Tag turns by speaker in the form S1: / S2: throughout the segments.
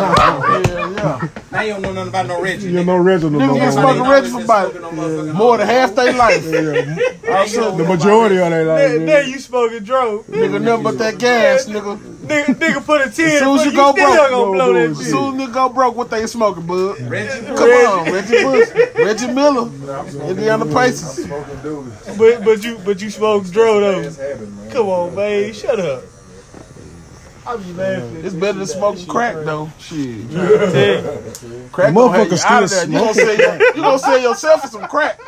S1: yeah,
S2: Now you don't know nothing about no Reggie.
S1: yeah. You're
S2: nigga.
S1: no original
S2: Niggas
S1: no more.
S2: just
S3: fucking
S2: always
S3: Reggie
S2: just
S3: for about
S2: smoking on motherfucking
S3: more than half their life.
S1: Yeah.
S2: Now you know
S1: The
S2: about
S1: majority
S2: Reggie.
S1: of their life.
S4: Then,
S1: yeah.
S4: then you smoking dope.
S3: Nigga, nothing but that gas, nigga.
S4: nigga, nigga put a 10
S3: As soon as
S4: but
S3: you go
S4: still
S3: broke,
S4: gonna
S1: you
S4: blow
S1: gonna
S4: that
S1: do
S3: As
S4: shit.
S3: soon as nigga go broke, what they smoking, bud?
S2: Reggie.
S3: Come on, Reggie Bush, Reggie Miller, Indiana Pacers.
S5: Smoking dudes.
S4: But, but you but you smoke dro
S5: It's
S4: though.
S5: habit, man.
S4: Come on, babe, shut up. I'm just laughing. at
S3: It's
S4: this
S3: better than
S4: shit,
S3: smoking
S4: man.
S3: crack though. Shit,
S4: Shit.
S3: crack gonna have you
S1: Motherfuckers
S3: out of there.
S1: still
S3: You gonna sell your- you gonna sell yourself for some crack?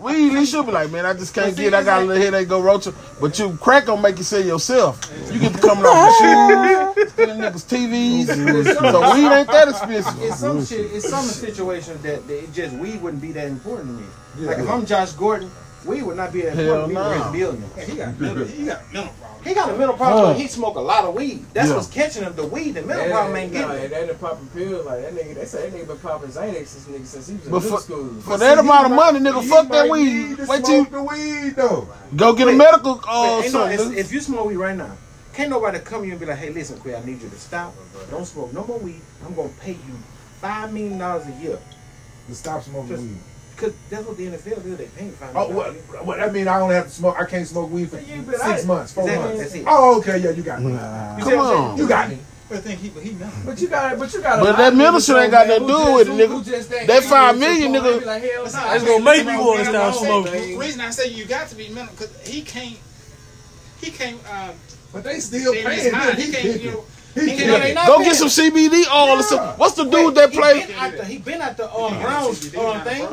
S3: We at least should be like, man, I just can't get. it. I got a little headache. Go roach. it. But you crack gonna make you sell yourself. You get to coming off the shoes, stealing niggas' TVs. So weed ain't that expensive.
S2: It's some shit. It's some situations that, that it just weed wouldn't be that important to me. Like if I'm Josh Gordon, weed would not be that
S3: Hell
S2: important. We
S3: no.
S2: were his billion. He got mental. He got mental problems. He got a mental problem. but he smoke a lot of weed. That's
S3: Yeah.
S2: what's catching him. The weed. The mental
S6: That-
S2: problem ain't
S6: nah,
S2: getting. it.
S6: They done popping pills like that nigga. They say that nigga been popping Xanax since nigga since he was in
S3: But
S6: middle
S3: for-
S6: school.
S3: For that amount of money, nigga, fuck that weed. Wait
S5: Wait
S3: till you
S5: the weed though.
S3: go get a medical uh,
S2: Ain't no- if-
S3: something.
S2: if you smoke weed right now, can't nobody come to you and be like, hey, listen, Quay, I need you to stop. Don't smoke no more weed. I'm gonna pay you five million dollars a year.
S5: To stop smoking weed.
S2: Cause that's what the NFL do. They pay you five
S5: Oh,
S2: million. dollars
S5: what?
S2: a year.
S5: What? That mean I don't have to smoke. I can't smoke weed for
S6: You been out.
S5: six months, four
S2: Exactly,
S5: months.
S2: that's it.
S5: Oh, okay, yeah, you got me.
S2: You see
S3: Come
S2: what I'm saying?
S3: on.
S5: You got me.
S6: But you got, but you got.
S3: But that medicine ain't got nothing to do with it, nigga. That five million, nigga.
S4: That's gonna make me want to stop smoking.
S7: The reason I say you got to be mental, because he can't, he can't, uh,
S5: But they still
S7: in
S5: paying.
S7: his mind,
S5: Him.
S7: he
S5: He
S7: can't, you know,
S5: pimping.
S7: he
S5: He
S7: can't,
S5: pimping.
S3: Go get some CBD oil or something. What's the dude that
S2: He
S3: played?
S2: been out the- He been at the um, Browns um, thing.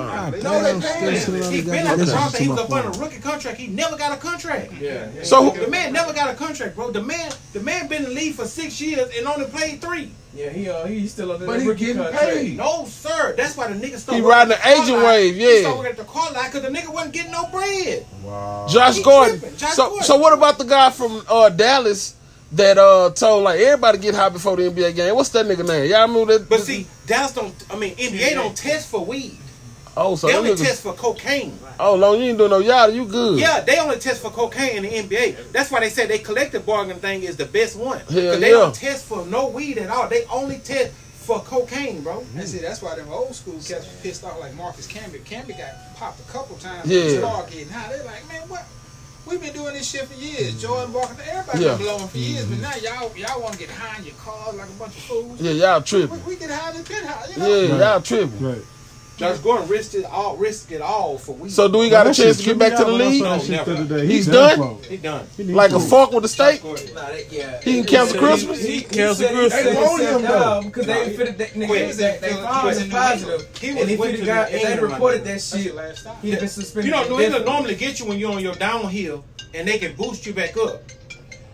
S5: No, they paying. him.
S2: He been at the Browns thing. He was up on a rookie contract. He never got a contract.
S6: Yeah.
S3: So
S2: The man never got a contract, bro. The man, the man been in the league for six years and only played three.
S6: Yeah, he uh, he still under
S5: But
S6: that
S5: he
S6: rookie
S5: getting
S6: contract.
S5: paid.
S2: No, sir. That's why the nigga started.
S3: He riding the agent wave, yeah.
S2: He started working at the car line because the nigga wasn't getting no bread.
S3: Josh
S2: He
S3: Gordon.
S2: tripping. Josh
S3: so
S2: Gordon.
S3: so what about the guy from uh, Dallas that uh, told like everybody get high before the NBA game? What's that nigga name? Y'all remember that?
S2: But see, Dallas don't. I mean, NBA don't test for weed.
S3: oh, so
S2: They
S3: that
S2: only
S3: nigga,
S2: test for cocaine.
S3: oh, long you ain't doing no yada, you good?
S2: Yeah, they only test for cocaine in the NBA. That's why they said they collective bargaining thing is the best one. 'Cause
S3: Hell
S2: they don't
S3: yeah.
S2: test for no weed at all. They only test for cocaine, bro.
S7: and see, that's why them old school cats were pissed off like Marcus Camby. Camby got popped a couple times yeah.
S3: Yeah.
S7: and started getting high. They're like, man, what? We've been doing this shit for years. Jordan Walker, everybody
S3: Yeah. Mm-hmm.
S7: been blowing for years, but now y'all y'all want to get high in your cars like a bunch of fools.
S3: Yeah, y'all
S7: We,
S3: tripping.
S7: we get high in the pit high, you
S3: Yeah,
S7: know?
S3: y'all tripping.
S1: Right.
S2: Josh Gordon risked it all, risked it all for weed.
S3: So do we got a chance to get back to the league?
S2: No, never.
S3: He's
S1: He's
S3: done?
S1: done.
S2: he done.
S3: Like a fork with a steak?
S6: Nah, that, yeah.
S3: He can cancel Christmas?
S6: He, he,
S4: Cancel
S6: said he
S4: Christmas.
S6: set
S5: They want him,
S6: himself
S5: though.
S6: down because they fit that nigga.
S2: Quit.
S6: He was at- They
S7: He was
S6: found him
S7: in New England.
S6: positive.
S2: He
S6: And
S2: was
S6: if
S2: with
S6: he'd
S2: the
S6: have got,
S2: New
S6: if they
S2: England
S6: reported
S2: right
S6: that shit,
S7: last time.
S6: he'd have been suspended.
S2: You know, New England
S6: indefinitely.
S2: normally get you when you're on your downhill and they can boost you back up.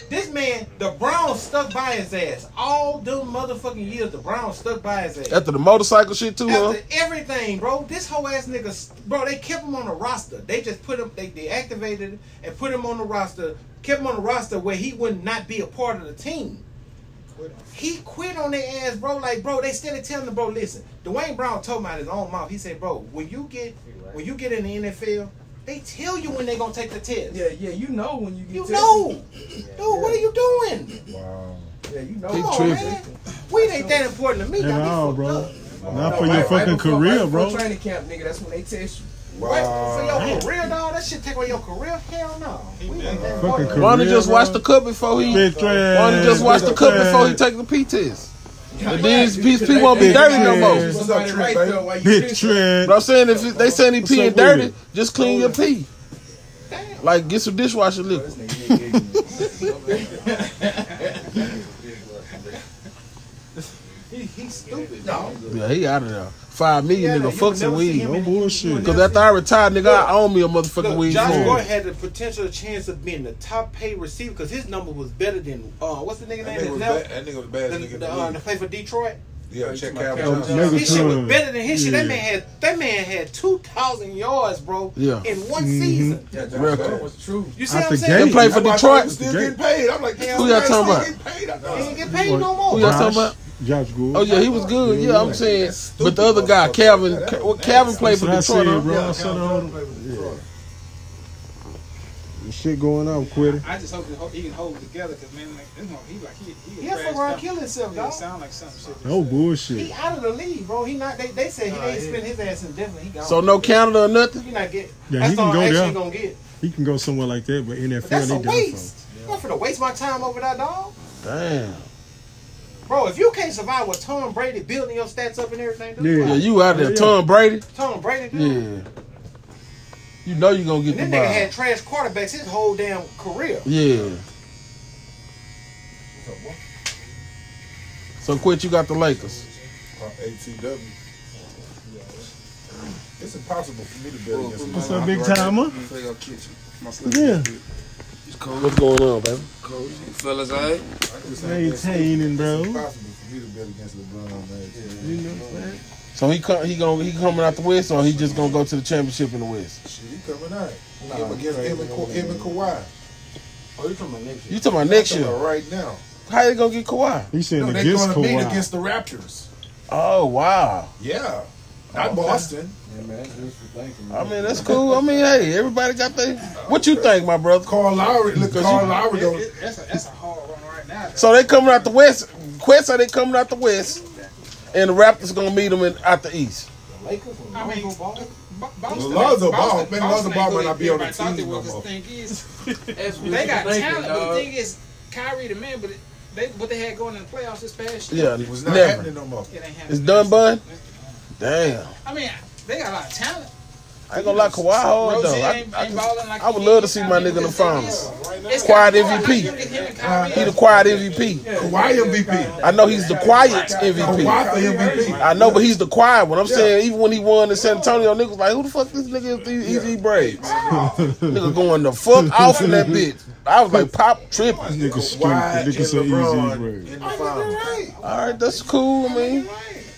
S2: This man, the Browns stuck by his ass. All them motherfucking years, the Browns stuck by his ass.
S3: After the motorcycle shit too, huh?
S2: After everything, bro, this whole ass nigga, bro, they kept him on the roster. They just put him, they, they activated him and put him on the roster, kept him on the roster where he would not be a part of the team. He quit on their ass, bro. Like, bro, they still telling him, bro, listen. Dwayne Brown told me out his own mouth. He said, bro, when you get when you get in the NFL, they tell you when they gonna take the test.
S6: Yeah, yeah, you know when you get.
S2: You
S6: tested.
S2: know, dude, what are you doing?
S5: Wow.
S6: Yeah, you know.
S3: He
S2: Come on,
S3: tripping.
S2: man. We ain't that important to me.
S1: At
S2: Y'all
S1: all,
S2: be fucked
S1: bro.
S2: up.
S1: Not for
S6: Right-
S1: your
S6: right
S1: fucking
S6: before- right
S1: career,
S6: before
S1: bro.
S6: Training camp, nigga. That's when they test you.
S2: Right? For your career, dog, that shit take away your career? Hell no. We ain't that
S1: Fucking
S2: important.
S1: career.
S3: Why don't you just watch the cup before he
S1: Big trash.
S3: Why don't you just watch the
S5: Big
S3: cup
S1: trash.
S3: before he take the P test? But these
S6: Right,
S3: these
S6: because
S3: people
S6: they-
S3: won't be
S6: they-
S3: dirty no more.
S5: What's
S6: Somebody
S5: up,
S6: right
S5: Trent,
S6: there while you
S1: Big
S6: finish.
S1: tread.
S3: But I'm saying if it- they saying he
S1: What's up
S3: peeing
S1: with
S3: dirty,
S1: it?
S3: just clean your pee.
S2: Damn.
S3: Like get some dishwasher liquid.
S2: He, he's stupid.
S3: Yeah, he out of there. Five million nigga, fuck some weed.
S1: No bullshit.
S3: Cause after I retire, nigga, I own me a motherfucking
S2: Look,
S3: weed
S2: Josh
S3: farm.
S2: Gordon had the potential chance of being the top paid receiver because his number was better than uh, what's the nigga name
S5: That nigga
S2: that
S5: was
S2: left?
S5: bad. That nigga was bad.
S2: The,
S5: as
S2: the,
S5: nigga.
S2: uh,
S5: to
S2: to
S5: leave.
S2: play for Detroit.
S5: Yeah, check Calvin
S6: Calvin
S5: Johnson.
S1: Johnson.
S2: His shit was
S1: Good.
S2: better than his shit. That
S1: Yeah.
S2: man had that man had two thousand yards, bro,
S3: Yeah.
S2: in one season.
S6: Yeah, Josh Gordon was true.
S2: You see
S1: Out
S2: what I'm
S1: the
S2: saying?
S3: He played for
S5: That's why I thought he was
S3: Detroit.
S5: Still getting paid. I'm like,
S2: Who
S5: damn,
S3: y'all talking
S5: man, still
S3: about?
S5: getting paid. I
S2: He
S5: thought.
S2: didn't get paid no
S3: Who
S2: more.
S3: y'all
S1: Josh-
S3: talking about?
S1: Josh Gordon.
S3: Oh yeah, he was good. Yeah, I'm saying. But the other guy, Calvin, Ca- well, Calvin played
S1: That's
S3: for
S1: what I
S3: Detroit.
S1: said,
S3: huh?
S1: bro. I said,
S5: Calvin
S1: oh,
S5: Johnson played with Detroit.
S1: shit going on, quit it.
S7: I just hope that ho- he can hold it together because man, like this one, he like he he.
S2: He'll
S7: crashed
S2: fuck around,
S7: out.
S2: kill himself,
S7: Yeah, it
S2: dog.
S7: sound like something shit.
S1: No bullshit.
S2: He out of the league, bro. He not. They, they said he ain't spend his ass in Denver. He gone.
S3: So no Canada or nothing.
S2: You not get.
S1: Yeah,
S2: that's
S1: he can
S2: all
S1: go
S2: action
S1: there.
S2: you gonna get.
S1: He can go somewhere like that, but NFL
S2: But that's a
S1: they done for.
S2: waste. I'm not finna waste my time over that dog,
S3: Damn.
S2: bro. If you can't survive with Tom Brady building your stats up and everything, dude,
S1: Yeah.
S3: Yeah, you out there, Tom Brady.
S2: Tom Brady, dude.
S3: Yeah. You know you gonna get
S2: And
S3: the
S2: this nigga had
S3: ball.
S2: trash quarterbacks his whole damn career.
S3: Yeah. So quit. You got the Lakers.
S5: ATW. It's impossible for me to bet against
S1: What's
S5: him.
S1: up, big timer?
S8: Playoff kitchen. My
S1: Yeah.
S8: It's cold,
S3: What's going on, baby?
S8: cold. Fellas, hey.
S5: It's
S1: Maintaining, bro.
S5: impossible for me to bet against LeBron, man.
S1: You know what I'm saying?
S3: So he come, he gonna he coming out the West, or he just gonna go to the championship in the West?
S5: Shit, he coming out. Him against him and, Ka- him and Kawhi.
S6: Oh, you from a nigga.
S3: You talking about next year?
S5: Right now.
S3: How they gonna get Kawhi?
S1: He said
S5: No, they're
S1: against
S5: going to meet
S1: Kawhi.
S5: against the Raptors.
S3: Oh wow!
S5: Yeah. Not Boston.
S6: Yeah, man, that's beautiful thinking.
S3: I mean that's cool. I mean hey, everybody got their. What you think, my brother?
S5: Carl Lowry. Look,
S3: Because
S5: Carl
S3: you-
S5: Lowry.
S7: It,
S5: Gonna,
S7: it, that's a that's a hard one right now. Though.
S3: So they coming out the West. Quest are they coming out the West? And the Raptors gonna meet them in, out the East.
S7: I mean, Bo- Bo- Boston, Boston,
S5: Lonzo Ball,
S7: Boston,
S5: man, Lonzo Ball
S7: ain't
S5: might not be on the
S7: everybody thought they
S5: team
S7: were,
S5: no
S7: 'cause
S5: more.
S7: the thing is,
S6: That's
S7: they got
S6: beautiful
S7: talent. But the
S6: dog.
S7: thing is, Kyrie the man, but it- they what they had going in the playoffs this past year,
S3: Yeah,
S5: it was not
S3: never.
S5: happening no more.
S7: it ain't
S3: It's
S7: happening.
S3: done, bud. Damn.
S7: I mean, they got a lot of talent.
S3: I ain't gonna lie, Kawhi hard though.
S7: Rozier
S3: I,
S7: ain't-
S3: I,
S7: ain't
S3: just-
S7: balling like
S3: I would
S7: he
S3: love
S7: did
S3: to see
S7: out
S3: my
S7: there
S3: nigga in the
S7: with this
S3: finals.
S7: thing is, it's
S3: Quiet
S7: kinda hard.
S3: MVP.
S7: You look at him and Kyrie,
S3: He the quiet MVP.
S5: Kawhi MVP.
S3: I know he's the quiet MVP.
S5: Kawhi the MVP.
S3: I know, but he's the quiet one. I'm saying even when he won in San Antonio, niggas like, who the fuck this nigga is? These Easy braids. nigga going the fuck off in that bitch. I was like, pop tripping.
S1: Nigga
S5: Kawhi
S1: stupid.
S5: and
S1: Nigga so
S5: LeBron
S1: easy, bro.
S5: in the finals.
S3: All right, that's cool, man.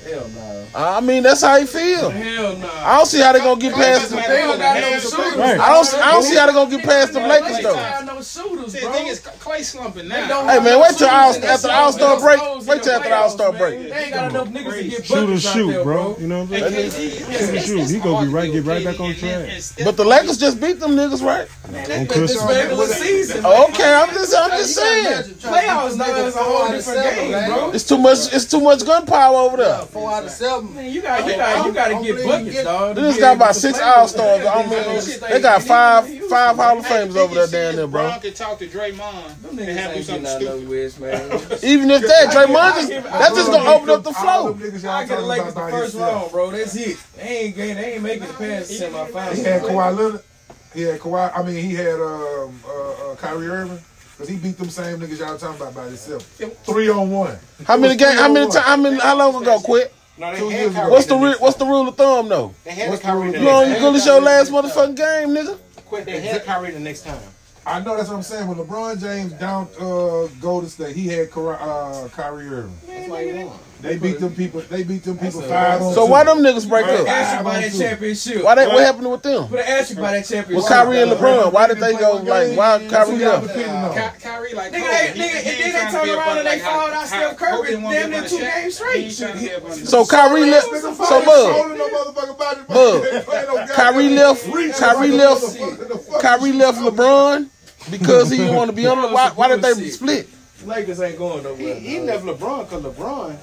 S6: Hell no.
S3: I mean, that's how he feel.
S6: Hell no.
S3: I don't see how they gonna get past. The,
S7: They don't got no
S6: shooters.
S1: Right.
S3: I don't. I don't see how they gonna get past the Lakers
S6: They don't
S3: though.
S6: have no shooters,
S7: See,
S6: bro.
S7: the thing is, Clay slumping
S6: They
S7: now.
S6: don't
S3: Hey
S6: have
S3: man,
S6: no
S3: wait till
S6: shooters
S3: all, after
S6: in their
S3: the
S6: shooters.
S3: All Star
S6: They
S3: break.
S6: don't close in
S3: Wait till
S6: the
S3: after the All Star
S6: playoffs,
S3: break.
S6: man. They ain't got enough niggas to get
S1: Shoot or
S6: buckets out
S1: shoot,
S6: there,
S1: bro.
S6: bro.
S1: You know what I'm
S7: And
S1: saying?
S7: KD, it's- it's-
S1: shoot.
S7: it's
S1: He gonna
S7: hard
S1: be
S7: to
S1: right-
S7: do
S1: get right
S7: KD
S1: back on
S7: and then-
S1: track.
S7: and still-
S3: But the Lakers just beat them niggas, right?
S1: On
S6: This
S1: Christmas.
S6: regular season.
S3: Oh, okay, I'm just. I'm just saying.
S6: Playoffs niggas is a whole different game, bro.
S3: It's too much. It's too much gunpowder over there.
S4: Four out of seven.
S6: Man, you gotta, you gotta, you gotta get buckets, dog.
S3: They just got about six All Stars. I mean, they got five five Hall of Famers over there down there, bro.
S7: Bron could talk to Draymond and
S6: Them niggas
S7: have him do
S6: ain't getting
S7: something
S6: out
S7: stupid.
S6: of nowhere, man.
S3: Even if that Draymond just that just gonna open up the
S5: All
S3: flow.
S5: them niggas y'all
S6: I get the
S5: talking
S6: Lakers the
S5: about
S6: first
S5: by himself.
S6: round, bro. That's it. They ain't, getting, they ain't making it past the semifinals.
S5: He had Kawhi Leonard. He had Kawhi. I mean, he had um, uh, uh, Kyrie Irving. Because he beat them same niggas y'all talking about by himself. Three on one.
S3: How many game? How many time? How many? How long ago? Quit.
S2: No, they
S5: Two
S2: had
S5: years
S2: Kyrie.
S5: ago.
S3: What's the re- What's the rule of thumb though?
S2: They had
S5: what's the
S2: Kyrie.
S5: rule?
S2: The
S3: You on
S2: next
S3: you gonna
S2: time.
S3: show last motherfucking game, nigga.
S2: Quit. They had Kyrie the next time.
S5: I know that's what I'm saying. When LeBron James down uh, Golden State, he had Kyrie, uh, Kyrie Irving.
S2: That's why he won.
S5: They beat them people. They beat them people five on
S3: So
S5: two.
S3: why them niggas break up?
S6: Ask you about that championship.
S3: Why they? What happened with them?
S6: But ask you about that championship.
S3: With Kyrie and LeBron, why did they go like? Why Kyrie
S5: Y'all
S3: left?
S5: depending on.
S7: Ky- Kyrie like
S6: Nigga,
S7: Kobe.
S6: they-
S7: He- he
S6: nigga,
S7: ain't
S6: and then they
S7: trying to
S6: turn
S7: be up
S6: around
S7: under-
S6: and they
S7: like how-
S6: fouled out
S7: how Kobe
S6: Steph Curry
S7: didn't wanna
S6: damn
S7: be
S6: near
S7: up
S6: two
S7: under Shaq.
S6: games
S7: He
S6: straight.
S7: ain't trying to be up under-
S3: So Kyrie left. So Bud,
S5: Holding no motherfucking body.
S3: Bud.
S5: They playing no goddamn
S3: Kyrie left.
S5: reach.
S3: Kyrie left.
S5: Motherfucker.
S3: Kyrie left LeBron because he didn't want to be on. the- Why, why did they split?
S6: Lakers ain't going
S2: He,
S6: nowhere.
S2: he left LeBron because LeBron.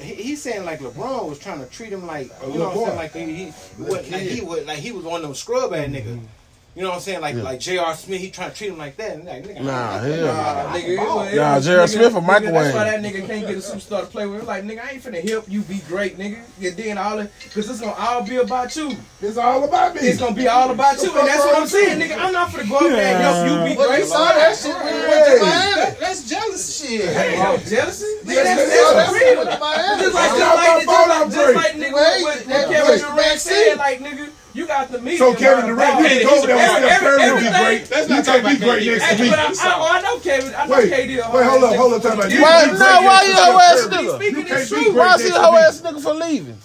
S2: He, he's saying like LeBron was trying to treat him like you know what I'm
S5: LeBron.
S2: saying like he, he what, like he was like he was one of them scrub ass niggas. You know what I'm saying like like J.R. Smith he trying to treat him like that. And like, nigga,
S3: Nah,
S2: I-
S3: hell. no.
S6: Nah, nigga, it was- it
S3: Nah,
S6: was-
S3: J.R.
S6: nigga,
S3: Smith a
S6: nigga,
S3: microwave.
S6: That's why that nigga can't get a superstar to play with. Like, nigga, I ain't finna help you be great, nigga. And then all that, because it's gonna all be about you.
S5: It's all about me.
S6: It's gonna be all about you. And that's what I'm saying, nigga. I'm not finna go up there and help you be
S4: Well, you
S6: great.
S4: saw that shit when you went to Miami.
S7: That's jealousy.
S4: Shit.
S6: Hey, yo, jealousy? Nigga,
S4: That's
S6: that's,
S4: that's
S6: that's real.
S4: with the Miami.
S6: Just like,
S5: I'm
S6: just
S5: not
S6: like,
S5: my
S6: just
S5: fault,
S6: like,
S5: I'm
S6: just
S5: great.
S6: like, nigga, what,
S4: Wait,
S6: what
S4: that-
S6: Kevin
S4: wait.
S6: Durant said, like, nigga, you got the media.
S5: So Kevin Durant, you
S6: Hey,
S5: can go there and
S6: every-
S5: Steph Curry
S6: every-
S5: will be
S6: everything-
S5: great.
S7: Let's
S5: You
S7: not talk
S5: can't be
S7: about
S5: great
S7: KD.
S5: next
S6: Hey,
S5: to me.
S6: but I, I, I know Kevin. I know
S5: Wait,
S6: KD.
S5: wait, hold up, hold up, time out. You
S3: Why? No,
S5: can't be great
S3: why
S5: next
S3: you
S5: to
S3: a hoe ass
S5: Steph Curry.
S3: nigga?
S5: You
S6: Speaking
S5: can't
S6: is
S5: be
S6: true.
S5: great
S3: Why is he
S5: next
S3: a
S5: to
S3: hoe
S5: me.
S3: ass nigga for leaving?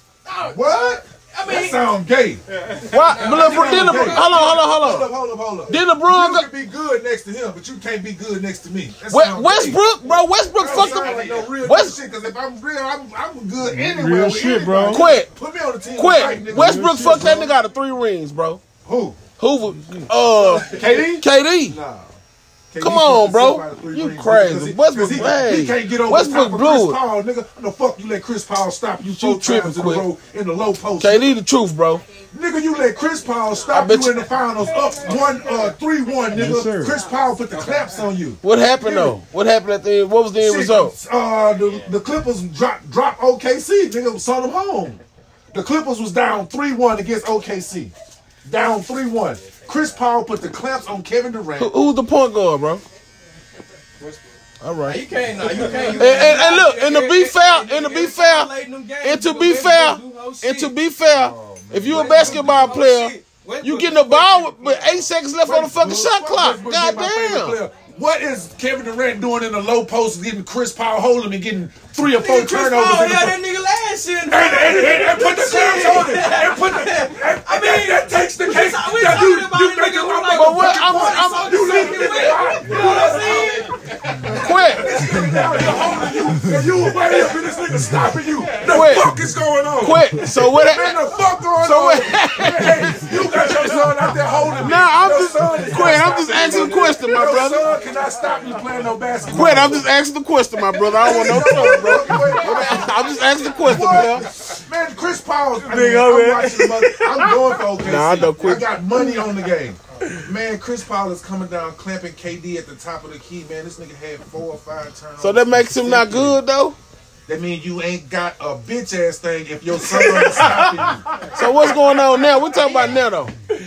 S5: What?
S6: I mean,
S5: That sound gay.
S3: Why? But LeBron, then LeBron, hold on, hold on,
S5: Hold
S3: hold
S5: up,
S3: on.
S5: hold up, hold up.
S3: Then LeBron
S5: You
S3: go,
S5: can be good next to him, but you can't be good next to me. That
S3: We-
S5: sound gay.
S3: Westbrook, bro, Westbrook
S5: That don't
S3: fucked
S5: sound like
S3: up.
S5: no real
S3: West-
S5: shit, because if I'm real, I'm, I'm good anywhere.
S1: Real
S5: with
S1: shit,
S5: anybody.
S1: bro.
S3: Quit,
S5: Put me on the team. with
S3: quit.
S5: white niggas.
S3: Westbrook
S5: Real shit,
S3: fucked that
S5: bro.
S3: nigga out of three rings, bro.
S5: Who?
S3: Hoover, uh,
S5: KD?
S3: KD.
S5: Nah. KD
S3: Come on,
S5: put
S3: bro.
S5: somebody through
S3: You
S5: three
S3: crazy.
S5: because he-
S3: Westbrook,
S5: because
S3: hey,
S5: he, he can't get over
S3: Westbrook
S5: top of
S3: blew it.
S5: Chris Paul, nigga. How the fuck you let Chris Paul stop you
S3: You
S5: four
S3: tripping
S5: times in a
S3: quick.
S5: row in the low post?
S3: KD, the truth, bro.
S5: Nigga, you let Chris Paul
S3: I
S5: stop you
S3: bet
S5: in
S3: you-
S5: the finals up one uh three one, nigga.
S1: Yes, sir.
S5: Chris Paul put the claps on you.
S3: What happened though? What happened at the end? What was the end
S5: Shit,
S3: result?
S5: Uh, the, the Clippers drop drop OKC. Nigga sent them home. The Clippers was down three one against OKC. Down three one. Chris Paul put the clamps on Kevin
S3: Who,
S5: Durant.
S3: who's the point guard, bro? All right.
S6: You can't, nah, you can't.
S3: And,
S6: You
S3: and, and look, and to be fair, and to be fair, and to be fair, and to be fair, if you a basketball player, you getting the ball with, with eight seconds left on the fucking shot clock.
S5: Westbrook
S3: God
S5: being my favorite
S3: damn.
S5: player. What is Kevin Durant doing in the low post, getting Chris Paul holding him and getting three or four
S6: Chris Paul,
S5: turnovers?
S6: yeah,
S5: in the
S6: that nigga last year. in the-
S5: and, and, and, and put the clamps on it. And put the. And, I mean, that, that takes the case.
S6: we
S5: that
S6: talking
S5: you,
S6: about
S5: you
S6: a
S5: make
S6: nigga
S5: it
S6: who
S5: my
S6: like-
S3: But what I'm,
S5: motherfucking
S3: I'm
S5: point. You let the nigga out. You let
S3: quit,
S5: the nigga out. You're holding you. And you were way up and this nigga stopping you. The
S3: Quit.
S5: fuck is going on?
S3: quit. So what?
S5: Man,
S3: hap-
S5: the fuck going
S3: So
S5: on?
S3: what?
S5: hey, you got your son out there holding me.
S3: Nah, I'm
S5: Your
S3: just-
S5: son is
S3: Quit,
S5: not
S3: I'm just
S5: stopping
S3: asking
S5: you.
S3: the question, my
S5: Your
S3: brother.
S5: son cannot stop you playing no basketball.
S3: Quit. I'm just asking the question, my brother. I don't want no trouble, bro. I'm just asking the question, man.
S5: What? Man, Chris Paul. I mean, I'm watching the mother. I'm going for OKC.
S3: Nah, I know Chris-
S5: I got money on the game. Man, Chris Paul is coming down, clamping KD at the top of the key. Man, this nigga had four or five turnovers.
S3: So that makes him not good though.
S5: That means you ain't got a bitch ass thing if your son is stopping
S3: So what's going on now? We're talking about now though.
S5: you.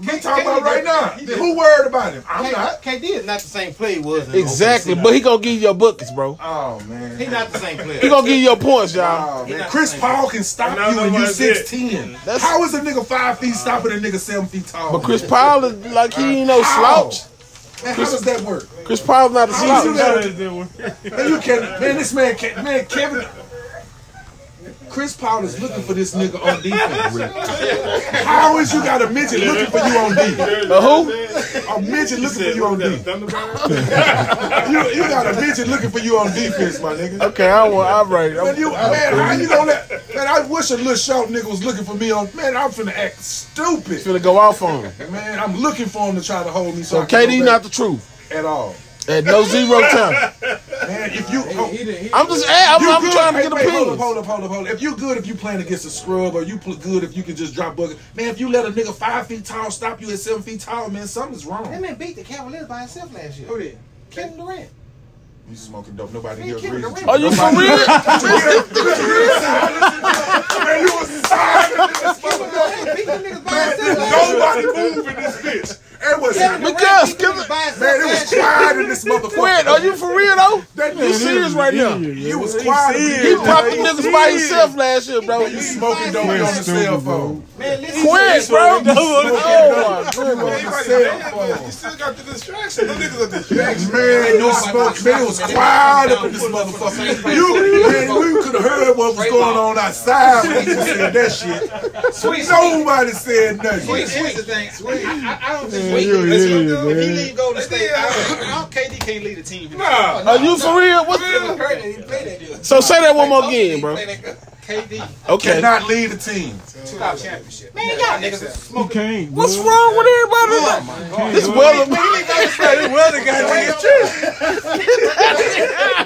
S5: We talking about right now. Who worried about him? I'm not.
S2: KD is not the same player he was. In
S3: Exactly. But he gonna give you your buckets, bro.
S5: Oh man.
S2: He's not the same player.
S3: He gonna give you your points, y'all.
S5: Oh, man. Chris Paul can stop you when you
S4: nobody did.
S5: six ten.
S3: That's-
S5: How is a nigga five feet stopping a nigga seven feet tall?
S3: But Chris Paul is like he ain't no
S5: How?
S3: slouch.
S5: Man, how does that work?
S3: Chris Paul's not a
S5: How you
S3: slouch.
S5: gotta
S4: That
S5: Man, you can man, this man can man Kevin. Chris Paul is looking for this nigga on defense. How is you got a midget looking for you on defense?
S3: The who?
S5: A midget looking for you on defense.
S4: Thunderbird?
S5: You, you got a midget looking for you on defense, my nigga.
S3: Okay, I want. All right.
S5: Man,
S3: I'm-
S5: you, man, how you gonna let? Man, I wish a little short nigga was looking for me on. Man, I'm finna act stupid.
S3: Finna go off on him.
S5: Man, I'm looking for him to try to hold me. So,
S3: So
S5: I can
S3: KD
S5: go
S3: not
S5: back
S3: the truth.
S5: at all.
S3: At no zero time.
S5: Man, if you oh,
S3: I'm just. I'm,
S5: You
S3: I'm
S5: good-
S3: trying to
S5: hey,
S3: get the
S5: wait, Hold up,
S3: pins.
S5: hold up, hold up, hold up. If you good, if you playing against a scrub, or you pl- good if you can just drop bucket. Man, if you let a nigga five feet tall stop you at seven feet tall, man, something's
S2: That
S5: wrong.
S2: man beat the Cavaliers by himself last year.
S7: Who did?
S2: Kevin Durant.
S5: You smoking dope. Nobody here
S2: Man, Kevin
S5: agrees.
S2: Durant.
S3: Are you for real?
S5: Man, you a
S2: Kevin Durant beat the niggas by himself last year.
S5: Nobody moving this bitch. It was
S2: Kevin
S5: man,
S2: Durant
S3: Because
S2: beat the niggas
S3: Kevin-
S2: by himself
S5: it was
S2: last year.
S5: quiet in this motherfucker.
S3: Quit. Are you for real though?
S5: That
S3: You
S5: nigga,
S3: serious right now?
S5: you was quiet. in
S3: He
S5: this
S3: popped the
S5: motherfucker.
S3: niggas by himself last year, bro.
S5: You smoking dope on the
S1: Quit,
S5: cell
S1: stupid, bro.
S5: phone.
S2: Man, listen.
S3: Quit, bro. Oh my goodness.
S5: On the cell phone.
S4: You still got the distraction. Them niggas are
S5: Man,
S4: distracted.
S5: no smoke. Man, it was quiet up in this motherfucker. You, man, we could have heard what was going on outside when you said that shit. Nobody said nothing.
S7: Here's the thing. I, I, I don't think
S1: Man, you an
S7: listen,
S1: idiot,
S7: if he
S1: man.
S7: leave Golden State, I don't, I don't KD can't lead the team.
S4: Nah.
S3: Are you for real? What?
S7: I heard it. He played that deal.
S3: So say that one more again, bro.
S7: KD
S3: Okay.
S5: Cannot lead the team.
S7: two top championship.
S2: Man, y'all niggas is
S1: You can't.
S3: What's
S1: bro.
S3: wrong with everybody?
S1: You can't,
S3: This
S1: bro.
S3: weather,
S4: Brother got to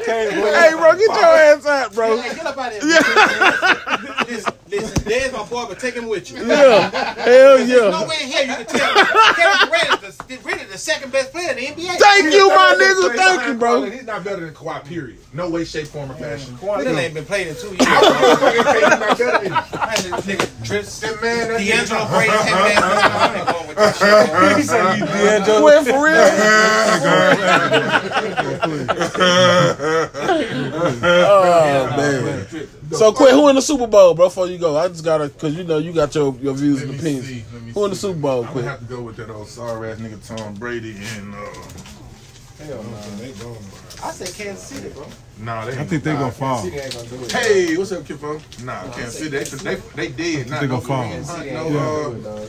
S3: hey bro, get your ass out, bro.
S2: Hey, get up out of here. listen, listen, there's my boy, but take him with you.
S3: Yeah, hell
S2: No
S3: yeah.
S2: way in hell you can tell me Kevin Durant is the, really the second best player in the NBA.
S3: Thank you, my nigga. Thank you, bro.
S5: He's not better than Kawhi, period. No way, shape, form, or fashion.
S2: Kawhi Leonard ain't been playing in two years.
S5: Fucking KD not better than him.
S2: Man, this nigga trips.
S5: That man, that nigga-
S2: D'Angelo Brady, Kevin Durant, I ain't going with that shit.
S3: Quit for real. Oh man. So quit. Who in the Super Bowl, bro? Before you go, I just gotta, cause you know you got your, your views and
S5: Let me
S3: opinions.
S5: see, let me
S3: Who in the
S5: see.
S3: Super Bowl,
S5: I'm gonna
S3: quit?
S5: have to go with that old sorry ass nigga Tom Brady and uh.
S2: I said Kansas City, bro.
S5: Nah, they
S1: I think they gonna fall.
S5: Hey, what's up, Kifo? Nah, Kansas City, they they they did. Not
S1: they
S5: no
S1: gonna fall.
S5: Kansas City, no, uh,